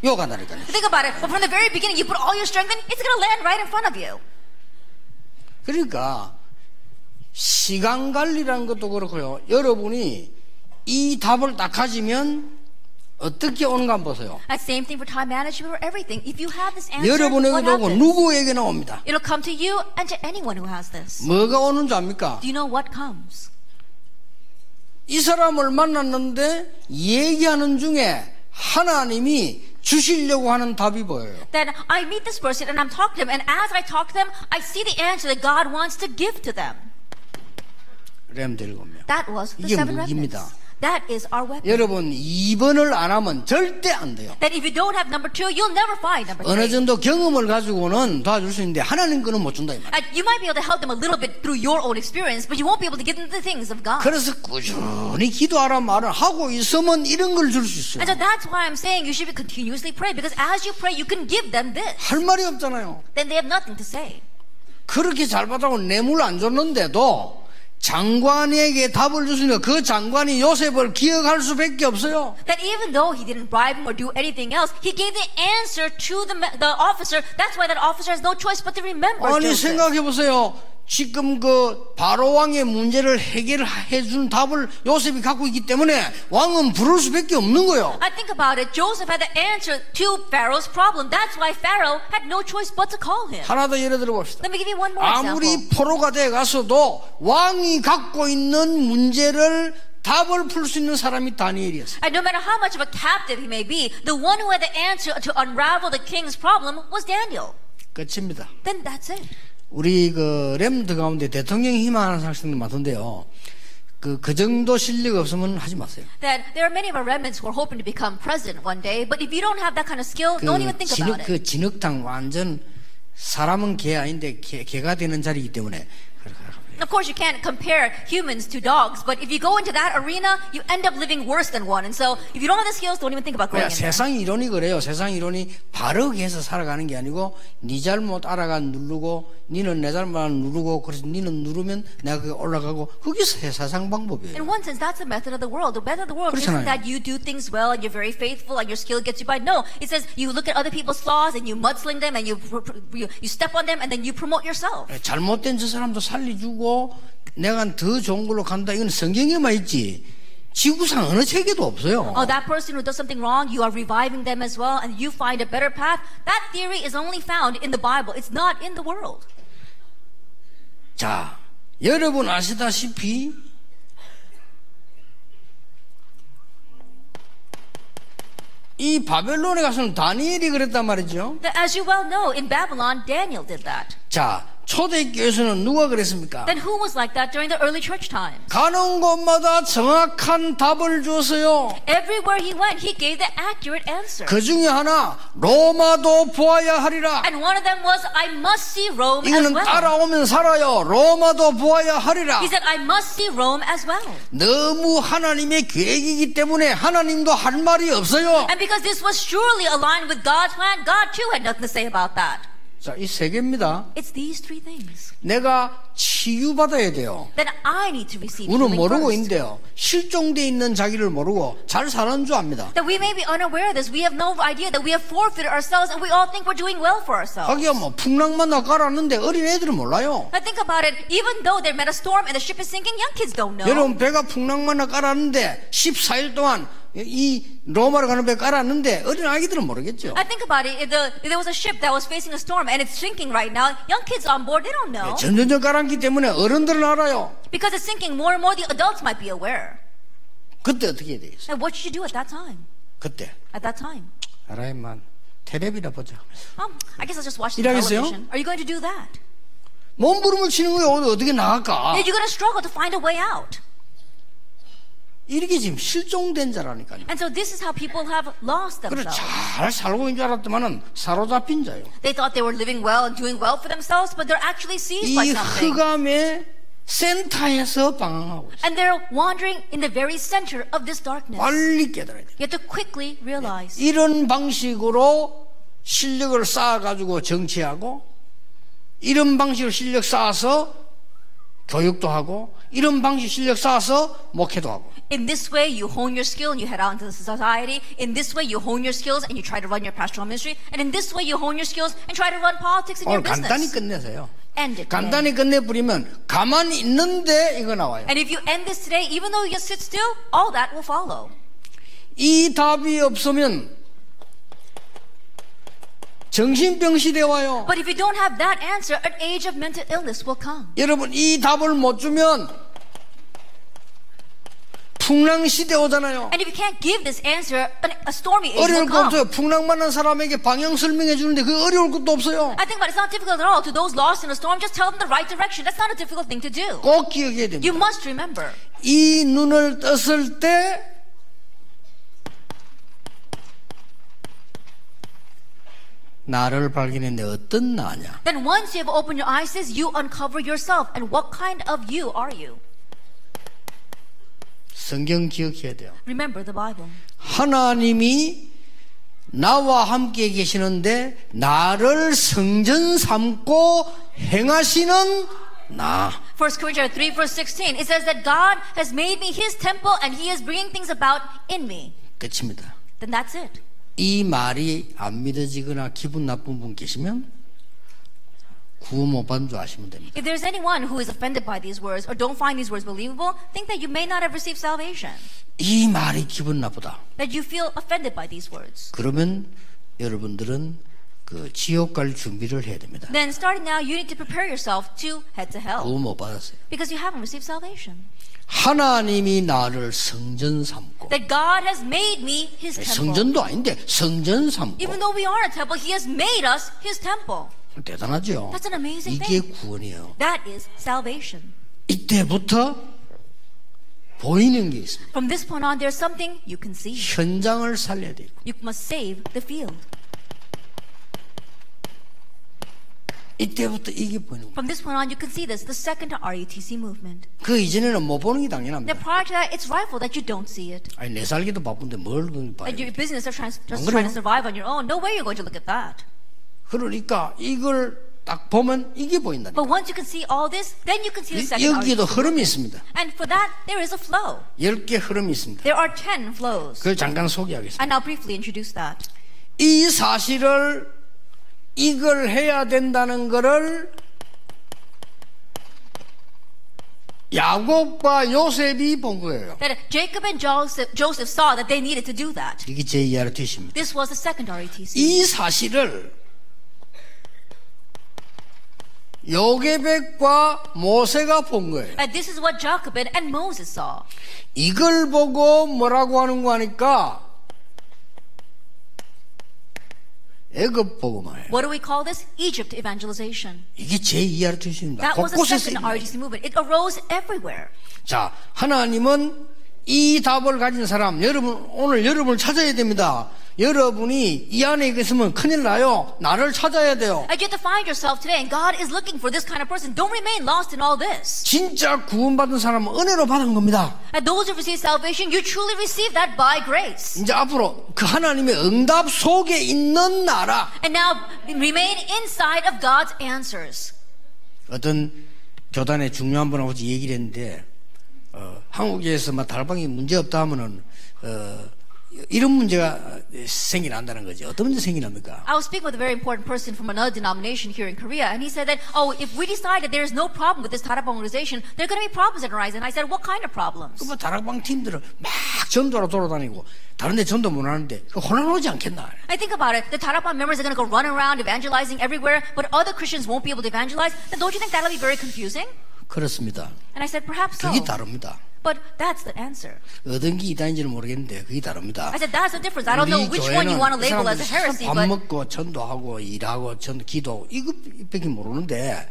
요간다니까요 Think about it, but from the very beginning, you put all your strength in, it's going to land right in front of you. 그러니까 시간 관리라는 것도 그렇고요. 여러분이 이 답을 딱 가지면 어떻게 오는가 한번 보세요. And same thing for time management or everything. If you have this answer, what 여러분에게도 오고 happens? 누구에게나 옵니다. It'll come to you and to anyone who has this. 뭐가 오는 줄 압니까? Do you know what comes? 이 사람을 만났는데 얘기하는 중에 하나님이 주시려고 하는 답이 보여요. Then I meet this person and I'm talking to them, and as I talk to them, I see the answer that God wants to give to them. 램 들고면. That was the 이게 seven 무기입니다. remnants. That is our weapon. 여러분 2번을 안 하면 절대 안 돼요. That if you don't have number two, you'll never find number 어느 three. 정도 경험을 가지고는 도와줄 수 있는데 하나님 거는 못 준다 이 말. And you might be able to help them a little bit through your own experience, but you won't be able to give them the things of God. 그래서 꾸준히 기도하라 말을 하고 있으면 이런 걸 줄 수 And 있어요. so that's why I'm saying you should be continuously praying because as you pray, you can give them this. 할 말이 없잖아요. Then they have nothing to say. 그렇게 잘 받아고 뇌물 안 줬는데도 장관에게 답을 줬으니까 그 장관이 요셉을 기억할 수밖에 없어요. That even though he didn't bribe him or do anything else, he gave the answer to the, ma- the officer. That's why that officer has no choice but to remember 아니 Joseph. 생각해 보세요. 지금 그 바로 왕의 문제를 해결해 준 답을 요셉이 갖고 있기 때문에 왕은 부를 수밖에 없는 거예요. I think about it. Joseph had the answer to Pharaoh's problem. That's why Pharaoh had no choice but to call him. 하나 더 예를 들어 봅시다. Let me give you one more 아무리 example. 포로가 돼 가서도 왕이 갖고 있는 문제를 답을 풀 수 있는 사람이 다니엘이었어요. And no matter how much of a captive he may be, the one who had the answer to unravel the king's problem was Daniel. 끝입니다. Then that's it. 우리 그 램드 가운데 대통령 희망하는 학생들 많던데요. 그, 그 정도 실력 없으면 하지 마세요. That there are many of our remnants who are hoping to become president one day, but if you don't have that kind of skill, 그 don't even think 진흙, about it. 그 진흙탕 완전 사람은 개 아닌데 개, 개가 되는 자리이기 때문에 그렇게 하라고 합니다. Of course, you can't compare humans to dogs, but if you go into that arena, you end up living worse than one. And so, if you don't have the skills, don't even think about going 그러니까 in there. 세상 이론이 그래요. 세상 이론이 바르게 해서 살아가는 게 아니고 네 잘못 알아가 누르고 니는 내 잘못 알아 누르고 그래서 니는 누르면 내가 그게 올라가고 거기서 해, 세상 방법이에요. In one sense, that's the method of the world. The method of the world 그렇잖아요. isn't that you do things well and you're very faithful and your skill gets you by. No, it says you look at other people's flaws and you mudsling them and you pr- pr- you, you step on them and then you promote yourself. 아, 잘못된 저 사람도 살려주고 내가 더 좋은 걸로 간다. 이건 성경에만 있지. 지구상 어느 책에도 없어요. Oh, that person who does something wrong, you are reviving them as well and you find a better path. That theory is only found in the Bible. It's not in the world. 자, 여러분 아시다시피 이 바벨론에 가서는 다니엘이 그랬단 말이죠. But As you well know, in Babylon, Daniel did that. 자, 초대교회에서는 누가 그랬습니까? Then who was like that during the early church times? 가는 곳마다 정확한 답을 줬어요. Everywhere he went, he gave the accurate answer. 그 중에 하나, 로마도 보아야 하리라. And one of them was, I must see Rome as 이거는 well. 따라오면 살아요. 로마도 보아야 하리라. He said, I must see Rome as well. 너무 하나님의 계획이기 때문에 하나님도 할 말이 없어요. And because this was surely aligned with God's plan, God too had nothing to say about that. 자, 이 세 개입니다. It's these three things 내가 치유받아야 돼요. that I need to receive. 우리는 healing 모르고 first. 있는데요. 실종돼 있는 자기를 모르고 잘 사는 줄 압니다. That we may be unaware of this. We have no idea that we have forfeited ourselves and we all think we're doing well for ourselves. 하기야 뭐 풍랑만 나 깔았는데 어린 애들은 몰라요. Now think about it. Even though they met a storm and the ship is sinking, young kids don't know. 여러분 배가 풍랑만 나 깔았는데 14일 동안 이 로마로 가는 배 깔았는데 어린 아기들은 모르겠죠. I think about it. If, the, if there was a ship that was facing a storm and it's sinking right now, young kids on board, they don't know. 전전전 깔았기 때문에 어른들은 알아요. Because it's sinking more and more, the adults might be aware. 그때 어떻게 해야 되겠어요? Now what should you do at that time? 그때 At that time? 알아야만 테레비나 보자. Um, I guess I'll just watch the 일하겠어요? television. Are you going to do that? 몸부림을 치는 거예요. 어디- 어떻게 나갈까? Yeah, you're going to struggle to find a way out. 이렇게 지금 실종된 자라니까요. And so this is how people have lost 그래 themselves. 잘 살고 있는 줄 알았더만은 사로잡힌 자예요. They thought they were living well and doing well for themselves, but they're actually seized by 이 something. 흑암의 센터에서 방황하고 있어요. And they're wandering in the very center of this darkness. 빨리 깨달아야 돼요. You have to quickly realize. 이런 방식으로 실력을 쌓아가지고 정치하고 이런 방식으로 실력 쌓아서 교육도 하고 이런 방식 실력 쌓아서 목회도 하고 In this way, you hone your skill and you head out into the society. In this way, you hone your skills and you try to run your pastoral ministry. And in this way, you hone your skills and try to run politics in your 오늘 간단히 business. 끝내세요. End it. today. 간단히 끝내버리면 가만히 있는데 이거 나와요. And if you end this today, even though you just sit still, all that will follow. 이 답이 없으면 정신병 시대 와요. But if you don't have that answer, an age of mental illness will come. 여러분 이 답을 못 주면 풍랑 시대 오잖아요. And if you can't give this answer, an, a stormy age 어려울 will 거 come. 없어요. 풍랑 만난 사람에게 방향 설명해 주는데 그 어려울 것도 없어요. I think about it, it's not difficult at all. To those lost in a storm, just tell them the right direction. That's not a difficult thing to do. 꼭 기억해야 You 됩니다. must remember. 이 눈을 떴을 때 나를 발견했는데 어떤 나냐? Then once you have opened your eyes, says you uncover yourself. And what kind of you are you? 성경 기억해야 돼요. Remember the Bible. 하나님이 나와 함께 계시는데 나를 성전 삼고 행하시는 나. 1 Corinthians 3 verse 16, it says that God has made me his temple and he is bringing things about in me. 끝입니다. Then that's it. 이 말이 안 믿어지거나 기분 나쁜 분 계시면 구원 못 받은 줄 아시면 됩니다. If there's anyone who is offended by these words or don't find these words believable, think that you may not have received salvation. 이 말이 기분 나쁘다. That you feel offended by these words. 그러면 여러분들은 그 지옥 갈 준비를 해야 됩니다. Then starting now, you need to prepare yourself to head to hell 구원 못 받았어요. because you haven't received salvation. 하나님이 나를 성전 삼고 That God has made me his temple. 성전도 아닌데 성전 삼고 Even though we are a temple, he has made us his temple. 대단하죠. That's an amazing 이게 thing. 구원이에요. That is salvation. 이때부터 보이는 게 있습니다. From this point on, there's something you can see. 현장을 살려야 되고 You must save the field. 이때부터 이게 보이는 거예요. From this point on, you can see this, the second RETC movement. 그 이전에는 못 보는 게 Now, 당연합니다. prior to that, it's rightful that you don't see it. 아니, 내 살기도 바쁜데 뭘 그걸 봐요. That your business are trying, just 그래요? trying to survive on your own. No way you're going to look at that. 그러니까 이걸 딱 보면 이게 보인다. But once you can see all this, then you can see the second RETC. 여기도 흐름이 있습니다. And for that, there is a flow. 열 개 흐름이 있습니다. There are 10 flows. 그걸 잠깐 소개하겠습니다. And I'll briefly introduce that. 이 사실을 이걸 해야 된다는 것을 야곱과 요셉이 본 거예요. That Jacob and Joseph, Joseph saw that they needed to do that. 이게 제 이해를 뒤십니다. This was the second RETC. 이 사실을 요괴백과 모세가 본 거예요. And this is what Jacobin and Moses saw. 이걸 보고 뭐라고 하는 거 하니까 애굽 보고만 해요. What do we call this? Egypt evangelization. 이게 제 이해를 뒤십니다. That was the 곳곳에서 second 일어나요. RETC movement. It arose everywhere. 자, 하나님은 이 답을 가진 사람, 여러분, 오늘 여러분을 찾아야 됩니다. 여러분이 이 안에 있으면 큰일 나요. 나를 찾아야 돼요. And you have to find yourself today, and God is looking for this kind of person. Don't remain lost in all this. 진짜 구원받은 사람은 은혜로 받은 겁니다. And those who receive salvation, you truly receive that by grace. 이제 앞으로 그 하나님의 응답 속에 있는 나라. And now remain inside of God's answers. 어떤 교단의 중요한 분하고 같이 얘기를 했는데, 어, 한국에서 막 달방이 문제 없다 하면은, 어, 이런 문제가 생겨난다는 거죠. 어떤 문제 생겨납니까? I was speaking with a very important person from another denomination here in Korea, and he said that, oh, if we decide that there is no problem with this type of organization, there are going to be problems that arise. And I said, what kind of problems? 그뭐 다락방 팀들은 막 전도로 돌아다니고 다른데 전도 못 하는데 그 혼란 오지 않겠나? I think about it. The Tarapan members are going to go run around evangelizing everywhere, but other Christians won't be able to evangelize. Then don't you think that'll be very confusing? 그렇습니다. And I said, perhaps so. 그게 다릅니다. But that's the answer. 어떤 게 이단인지는 모르겠는데 그게 다릅니다. I said, that's the difference. I don't 우리 know which one you want 교회는 to 그 label as a 사람들이 heresy, 밥 but 먹고 전도하고 일하고 전 기도 이것밖에 모르는데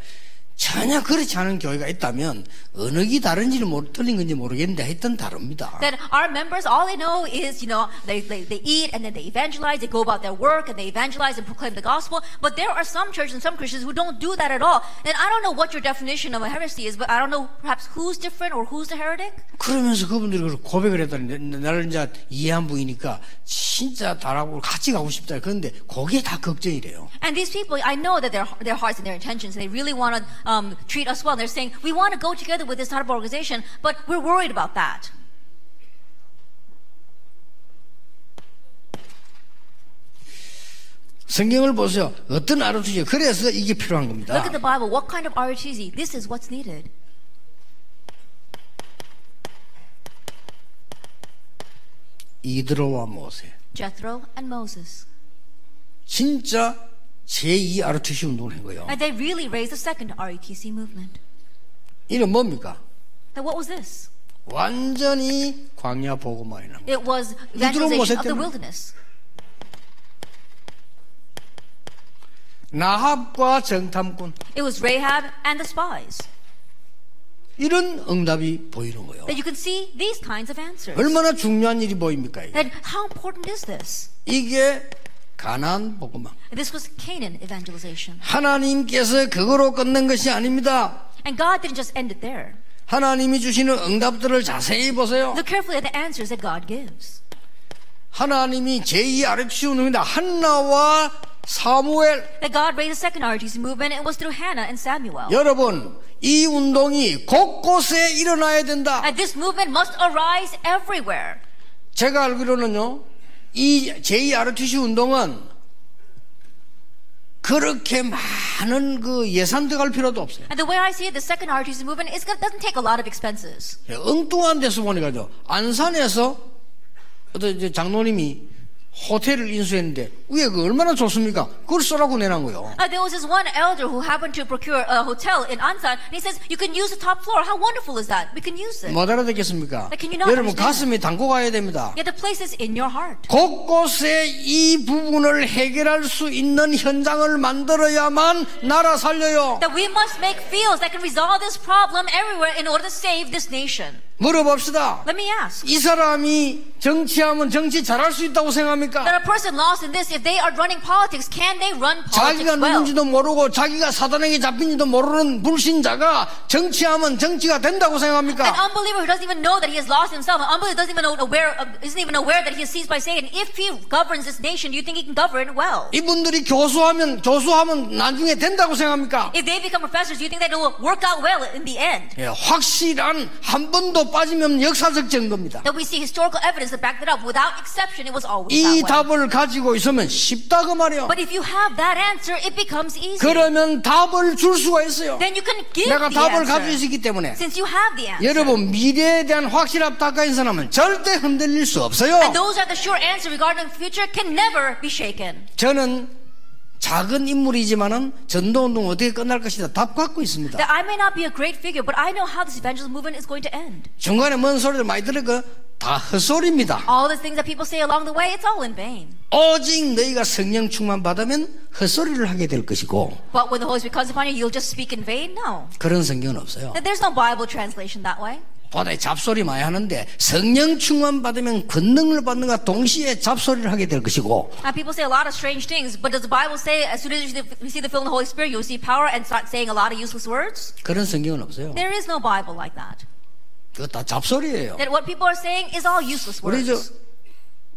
전혀 그렇지 않은 교회가 있다면 어느 게 다른지는 모르, 틀린 건지 모르겠는데 하여튼 다릅니다. that our members, all they know is, you know, they, they, they eat and then they evangelize, they go about their work and they evangelize and proclaim the gospel. But there are some churches and some Christians who don't do that at all. And I don't know what your definition of a heresy is, but I don't know perhaps who's different or who's the heretic. 그러면서 그분들이 그걸 고백을 했더니 나- 나를 이제 이해한 부이니까 진짜 다락으로 같이 가고 싶다. 그런데 그게 다 걱정이래요. And these people, I know that their their hearts and their intentions, they really want to um, treat us well. They're saying we want to go together with this type of organization, but we're worried about that. 성경을 보세요. 어떤 아르투지 그래서 이게 필요한 겁니다. Look at the Bible. What kind of RTZ? This is what's needed. 이드로와 모세. Jethro and Moses, 진짜 제2 아르투시 운동을 한 거예요. and they really raised the second RETC movement. 이는 뭡니까? Now, what was this? 완전히 광야 보고만이라는 거예요. It was 모세 evangelization of the 때문에. wilderness. 나합과 정탐꾼 It was Rahab and the spies. 이런 응답이 보이는 거예요. That you can see these kinds of answers. 얼마나 중요한 일이 보입니까? 이게? And how important is this? 이게 가난 복음만. This was Canaan evangelization, 하나님께서 그거로 끝낸 것이 아닙니다. and God didn't just end it there. 하나님이 주시는 응답들을 자세히 보세요. Look carefully at the answers that God gives. 하나님이 제2 아르투시 운동이다. 한나와 사무엘 That God raised a second RTC movement, it was through Hannah and Samuel. 여러분, 이 운동이 곳곳에 일어나야 된다. And this movement must arise everywhere. 제가 알기로는요, 이 JRTC 운동은 그렇게 많은 그 예산 들어갈 필요도 없어요. And the way I see it, the second RTC movement is, doesn't take a lot of expenses. 엉뚱한 데서 보니까요, 안산에서 어떤 이제 장로님이 호텔을 인수했는데 위에 그 얼마나 좋습니까? 그걸 쓰라고 내놓은 거예요. Uh, there was this one elder who happened to procure a hotel in Ansan, and he says, You can use the top floor. How wonderful is that? We can use it. 못 알아듣겠습니까? Can you not 여러분 understand? 가슴에 담고 가야 됩니다. Yet the place is in your heart. 곳곳에 이 부분을 해결할 수 있는 현장을 만들어야만 나라 살려요. That we must make fields that can resolve this problem everywhere in order to save this nation. 물어봅시다. Let me ask. 이 사람이 정치하면 정치 잘할 수 있다고 생각합니까? That a person lost in this, if they are running politics, can they run 자기가 politics well? 누군지도 모르고 자기가 사단에게 잡힌지도 모르는 불신자가 정치하면 정치가 된다고 An 생각합니까? unbeliever who doesn't even know that he has lost himself, an unbeliever doesn't even know, aware, of- isn't even aware that he is seized by Satan. If he governs this nation, do you think he can govern well? 이분들이 교수하면 교수하면 나중에 된다고 생각합니까? If they become professors, do you think that it will work out well in the end? 예, 확실한 한 번도 빠지면 역사적 증거입니다. That we see historical evidence that back that up. Without exception, it was always 이 that way. 답을 가지고 있으면 쉽다 그 말이요. But if you have that answer, it becomes easy. 그러면 답을 줄 수가 있어요. Then you can give 내가 the 답을 answer. 가지고 있기 때문에 Since you have the answer. 여러분 미래에 대한 확실한 답가인 사람은 절대 흔들릴 수 없어요. And those are the sure answer regarding the future can never be shaken. 저는 작은 인물이지만은 전도운동 어떻게 끝날 것이다 답 갖고 있습니다. That I may not be a great figure, but I know how this evangelist movement is going to end. 중간에 뭔 소리를 많이 들을까? 다 헛소리입니다. All the things that people say along the way, it's all in vain. 오직 너희가 성령 충만 받으면 헛소리를 하게 될 것이고 But when the Holy Spirit comes upon you, you'll just speak in vain? No. 그런 성경은 없어요. That there's no Bible translation that way. 보다 잡소리 많이 하는데 성령 충만 받으면 권능을 받는가 동시에 잡소리를 하게 될 것이고 And people say a lot of strange things, but does the Bible say as soon as you receive the filling of the Holy Spirit, you'll see power and start saying a lot of useless words? 그런 성경은 없어요. There is no Bible like that. 그거 다 잡소리예요. That what people are saying is all useless 우리 words. 저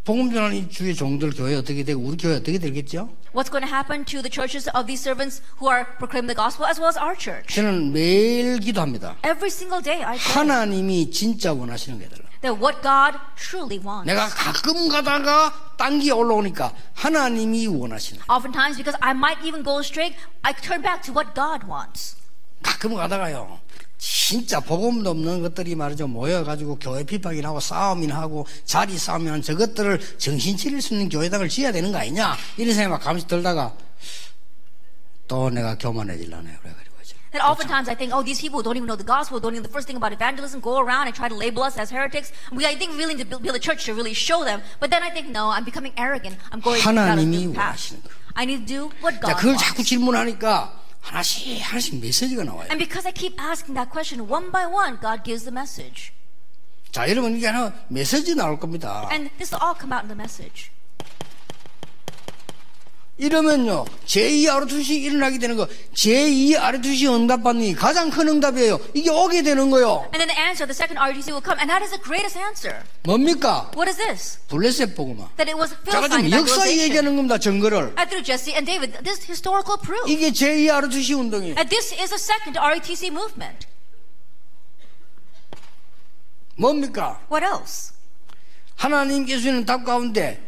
복음 전하는 주의 종들 교회 어떻게 되고 우리 교회 어떻게 되겠죠? What's going to happen to the churches of these servants who are proclaiming the gospel as well as our church? 저는 매일 기도합니다. Every single day I pray 하나님이 진짜 원하시는 게 달라. that what God truly wants. 내가 가끔 가다가 딴게 올라오니까 하나님이 원하시는. 거예요. Oftentimes, because I might even go astray, I turn back to what God wants. 가끔 가다가요. 진짜 복음도 없는 것들이 말이죠 모여가지고 교회 비박이나 하고 싸움이나 하고 자리 싸움이나 하는 저것들을 정신 차릴 수 있는 교회당을 지어야 되는 거 아니냐 이런 생각 가면서 들다가 또 내가 교만해질라네 그래가지고 이제 And oftentimes I think, oh, these people don't even know the gospel, don't even know the first thing about evangelism, go around and try to label us as heretics. We, I think, really need to build, build a church to really show them. But then I think, no, I'm becoming arrogant. I'm going down a 하나님이 new path. 원하시는 거예요. I need to do what 자, God 그걸 wants. 자꾸 질문하니까 하나씩 하나씩 메시지가 나와요. And because I keep asking that question one by one, God gives the message. 자, 여러분 이게 하나 메시지 나올 겁니다. And this will all come out in the message. 이러면요 제2 아르투시 일어나게 되는 거 제2 아르투시 응답받는 게 가장 큰 응답이에요. 이게 오게 되는 거요. And then the answer, the second RTC will come. And that is the greatest answer. 뭡니까? What is this? 블레셋 복음화. That it was 제가 filled 지금 역사 with 얘기하는 겁니다. 증거를. I through Jesse and David. This historical proof. 이게 제2 아르투시 운동이에요. And this is a second RETC movement. 뭡니까? What else? 하나님께서 주는 답 가운데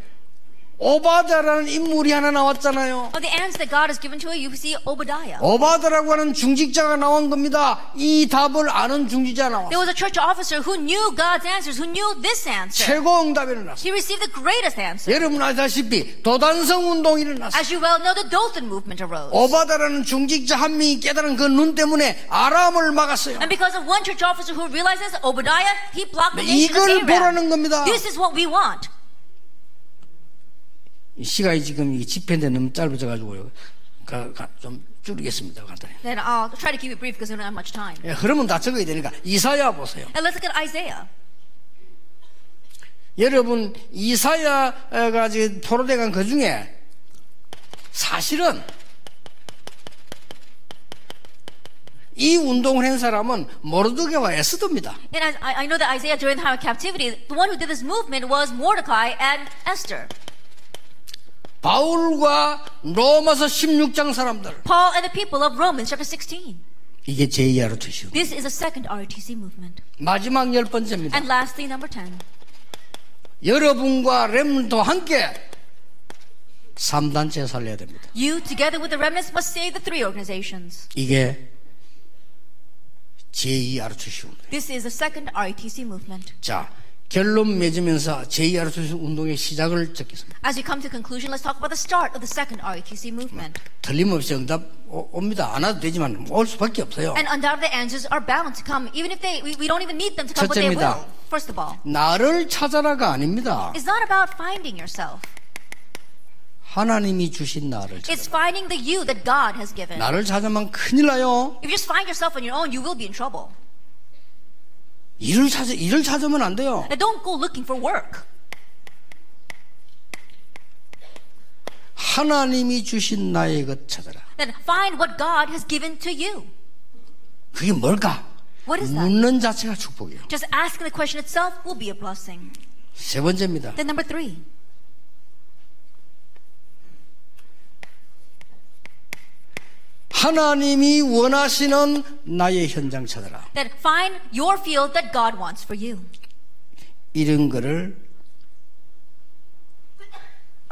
오바다라는 인물이 하나 나왔잖아요. Well, the answer that God has given to you, you see Oh. Obadiah. 오바다라고 하는 중직자가 나온 겁니다. 이 답을 아는 중직자 나와. There was a church officer who knew God's answers, who knew this answer. 네. 최고 응답이 일어났어요. He received the greatest answer. 여러분 아시다시피 도단성 운동이 일어났어요. As you well know, the Dothan movement Oh. arose. 오바다라는 중직자 한 명이 깨달은 그 눈 때문에 아람을 네, 막았어요. And because of one church officer who realizes Obadiah, he blocked the nation 이걸 of Aram. 보라는 겁니다. This is what we want. 이 시간이 지금 이 집회인데 너무 짧아져가지고요. 가- 가- 좀 줄이겠습니다. 간단히. Then I'll try to keep it brief because we don't have much time. 예, 흐름은 다 적어야 되니까. 이사야 보세요. And let's look at Isaiah. 여러분, 이사야가 지금 포로대간 그 중에 사실은 이 운동을 한 사람은 모르드게와 에스더입니다. And I, I- I know that Isaiah during the time of captivity, the one who did this movement was Mordecai and Esther. 바울과 로마서 16장 사람들. Paul and the people of Romans chapter 16. 이게 제2야 루트시오. This is a second RTC movement. 마지막 열 번째입니다. And lastly, number 10. 여러분과 렘도 함께 3단체 살려야 됩니다. You, together with the remnants, must save the three organizations. 이게 제2 아르투시 운동. This is the second RETC movement. 자, 결론 맺으면서 제2 아르투시 운동의 시작을 적겠습니다. As we come to conclusion, let's talk about the start of the second RETC movement. 틀림없이 응답 오- 옵니다. 안 와도 되지만 올 수밖에 없어요. And undoubtedly, answers are bound to come, even if they, we, we don't even need them to come, but they will. 첫째입니다. First of all, 나를 찾아라가 아닙니다. it's not about finding yourself. 하나님이 주신 나를 찾아. It's finding the you that God has given. 나를 찾으면 큰일 나요. If you just find yourself on your own, you will be in trouble. 일을 찾아 일을 찾으면 안 돼요. And don't go looking for work. 하나님이 주신 나의 것 찾아라. Then find what God has given to you. 그게 뭘까? What is that? 묻는 자체가 축복이에요. Just asking the question itself will be a blessing. 세 번째입니다. Then number three, 하나님이 원하시는 나의 현장 찾아라. then find your field that God wants for you. 이런 거를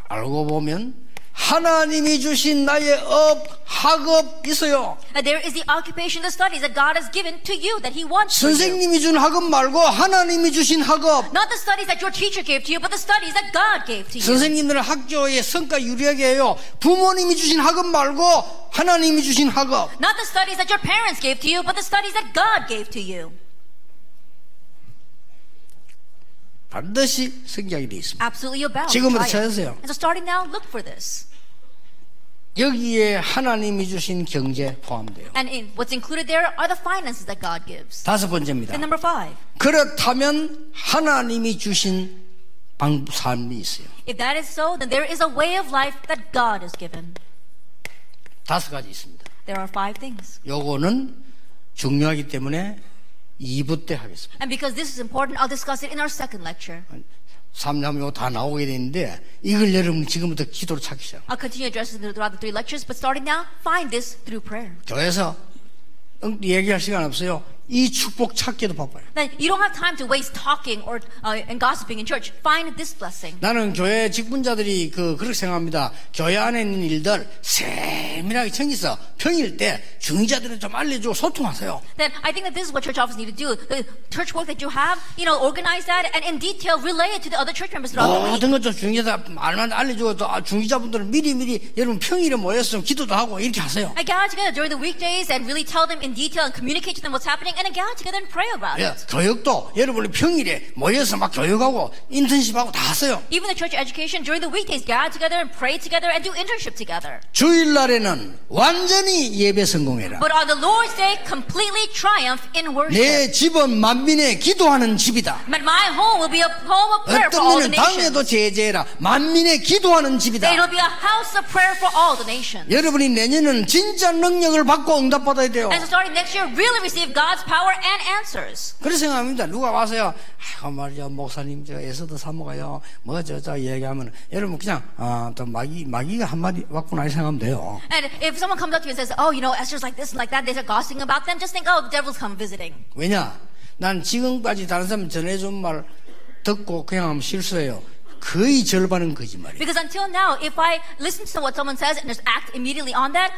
알고 보면 하나님이 주신 나의 업, 학업 있어요. And there is the occupation, the studies that God has given to you that He wants for you. 선생님이 준 학업 말고 하나님이 주신 학업. Not the studies that your teacher gave to you, but the studies that God gave to you. 선생님들은 학교에 성과 유리하게 해요. 부모님이 주신 학업 말고 하나님이 주신 학업. Not the studies that your parents gave to you, but the studies that God gave to you. 반드시 성장이 되어 있습니다. Absolutely your best. 지금부터 Try it. 찾으세요. And so starting now, look for this. 여기에 하나님이 주신 경제 포함돼요. And in, what's included there are the finances that God gives. 다섯 And 번째입니다. number five, 그렇다면 하나님이 주신 방, 삶이 있어요. if that is so, then there is a way of life that God has given. 다섯 가지 있습니다. There are five things. 요거는 중요하기 때문에 2부 때 하겠습니다. And because this is important, I'll discuss it in our second lecture. 3년 요거 다 나오게 되는데 이걸 여러분 지금부터 기도로 찾기 시작. I'll continue addressing it throughout the three lectures, but starting now, find this through prayer. 교회에서 응, 얘기할 시간 없어요. 이 축복 찾기도 바빠요. Then you don't have time to waste talking or uh, and gossiping in church. Find this blessing. 나는 교회 직분자들이 그 그렇게 생각합니다. 교회 안에 있는 일들 세밀하게 챙기서 평일 때 중위자들은 좀 알려주고 소통하세요. Then I think that this is what church officers need to do. The church work that you have, you know, organize that and in detail relay it to the other church members throughout the week. 모든 것도 중위자 말만 알려주고 또 아, 중위자분들은 미리 미리 여러분 평일에 모여서 좀 기도도 하고 이렇게 하세요. And gather together during the weekdays and really tell them in detail and communicate to them what's happening and then gather together and pray about 예, it. 교육도 여러분이 평일에 모여서 막 교육하고 인턴십하고 다 하세요. Even the church education during the weekdays, gather together and pray together and do internship together. 주일날에는 완전히 예배 성공해라. But on the Lord's day, completely triumph in worship. 내 집은 만민의 기도하는 집이다. But my home will be a home of prayer for all 어떤 일은 the nations. 네, 당해도 제재해라. 만민의 기도하는 집이다. It'll be a house of prayer for all the nations. 여러분이 내년에는 진짜 능력을 받고 응답받아야 돼요. And so starting next year, really receive God's power and answers. 그런 생각합니다. 누가 와서요, 아, 말이야, 목사님, 저, 에서도 사모가요, 뭐, 저, 저, 얘기하면, 여러분, 그냥, 아, 또, 마귀, 마귀가 한마디 왔구나, 이렇게 생각하면 돼요. And if someone comes up to you and says, oh, you know, Esther's like this and like that, they start gossiping about them, just think, oh, the devil's come visiting. 왜냐? 난 지금까지 다른 사람 전해준 말 듣고 그냥 하면 실수예요. 거의 절반은 거짓말이에요. Because until now, if I listen to what someone says and just act immediately on that,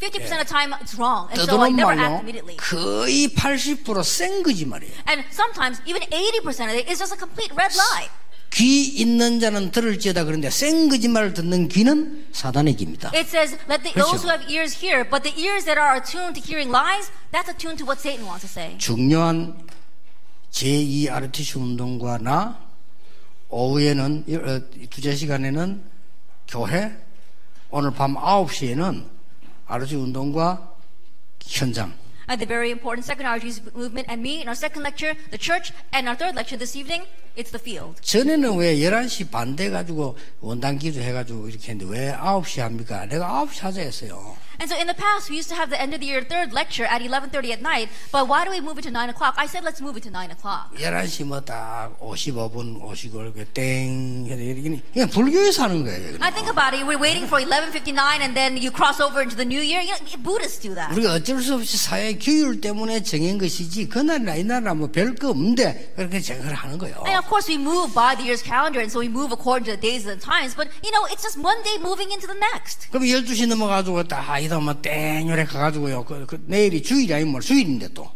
50% of the time it's wrong. And so I 떠도는 never 말로 act immediately. 거의 80%센 거짓말이에요. And sometimes even 80% of it is just a complete red lie. 귀 있는 자는 들을지어다 그런데 생 거짓말을 듣는 귀는 사단의 귀입니다. It says, let the, 그렇죠. those who have ears hear, but the ears that are attuned to hearing lies, that's attuned to what Satan wants to say. 중요한 제2 RTC 운동과 나 오후에는 어, 두제 시간에는 교회 오늘 밤 9시에는 RTC 운동과 현장 At the very important second RG movement and me in our second lecture, the church, and our third lecture this evening, it's the field. 전에는 왜 11시 반 돼 가지고 원단 기도해 가지고 이렇게 했는데 왜 9시 합니까? 내가 9시 하자 했어요. And so in the past, we used to have the end of the year third lecture at 11.30 at night, but why do we move it to 9 o'clock? I said, let's move it to 9 o'clock. 11시 뭐 딱 55분 50분 이렇게 땡 해서 이렇게 그냥 불교에서 하는 거예요. I think about it, we're waiting for 11.59 and then you cross over into the new year. You know, Buddhists do that. 우리가 어쩔 수 없이 사회 규율 때문에 정한 것이지 그날이나 이날이나 뭐 별거 없는데 그렇게 정을 하는 거예요. And of course, we move by the year's calendar, and so we move according to the days and times. But you know, it's just one day moving into the next. 그럼 12시 넘어가지고 딱 이다 뭐땡 이래 가가지고요. 그, 그 내일이 주일이 아니면 뭐 주일인데 또.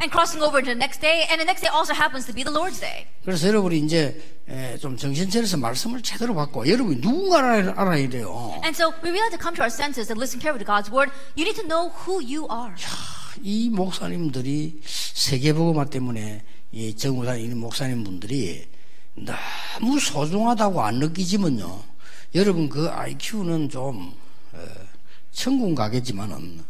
And crossing over into the next day, and the next day also happens to be the Lord's day. 그래서 여러분이 이제 에, 좀 정신 차려서 말씀을 제대로 받고 여러분이 누군가를 알아- 알아야 돼요. And so we really have to come to our senses and listen carefully to God's word. You need to know who you are. 이 목사님들이 세계보고마 때문에 이 정부단 이 목사님 분들이 너무 소중하다고 안 느끼지만요. 여러분 그 IQ는 좀 어, 천국 가겠지만은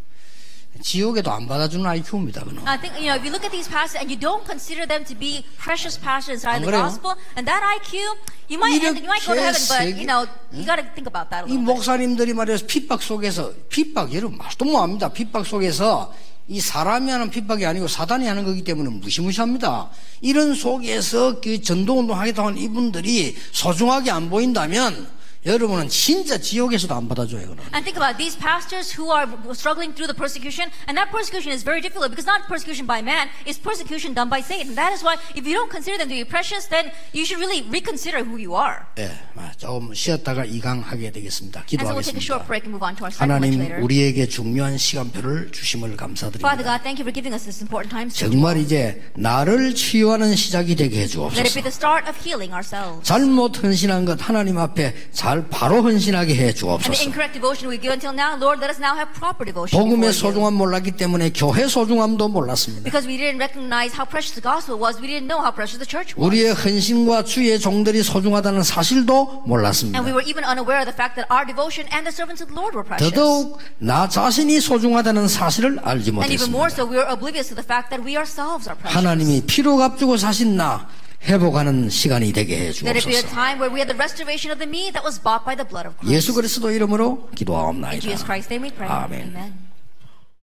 지옥에도 안 받아주는 IQ입니다. 그는. I think you know if you look at these passages and you don't consider them to be precious passages inside 안 the 그래요? gospel, and that IQ, you might end, you might go to heaven, but you know you got to think about that a 이 little. bit. 목사님들이 말해서 핍박 속에서 핍박 여러분 말도 못합니다. 핍박 속에서 이 사람이 하는 핍박이 아니고 사단이 하는 거기 때문에 무시무시합니다. 이런 속에서 그 전도운동 하겠다고 하는 이분들이 소중하게 안 보인다면 여러분은 진짜 지옥에서도 안 받아줘요. 그는. And think about these pastors who are struggling through the persecution, and that persecution is very difficult because not persecution by man, it's persecution done by Satan. That is why if you don't consider them to be precious, then you should really reconsider who you are. 예, 아, 조금 쉬었다가 이강하게 되겠습니다. And so we'll take a 기도하겠습니다. short break and move on to our second much 하나님 later. 우리에게 중요한 시간표를 주심을 Father 감사드립니다. God, thank you for giving us this important time. 정말 이제 나를 치유하는 시작이 되게 Let it 해주옵소서. be the start of healing ourselves. 잘못 헌신한 것 하나님 앞에 잘 바로 헌신하게 해 And the 주옵소서. incorrect devotion we give until now, Lord, let us now have proper devotion. before 복음의 you. 소중함 몰랐기 때문에 교회 소중함도 몰랐습니다. Because we didn't recognize how precious the gospel was, we didn't know how precious the church was. 우리의 헌신과 주의 종들이 소중하다는 사실도 And we 몰랐습니다. were even unaware of the fact that our devotion and the servants of the Lord were precious. 더더욱 나 자신이 소중하다는 사실을 알지 And even more 못했습니다. so, we were oblivious to the fact that we ourselves are precious. 하나님이 피로 값주고 사신 나 회복하는 시간이 되게 해 Let it be a 주옵소서. time where we had the restoration of the me that was bought by the blood of Christ. 예수 그리스도 이름으로 In Jesus 기도하옵나이다. Christ's name we pray. Amen. Amen.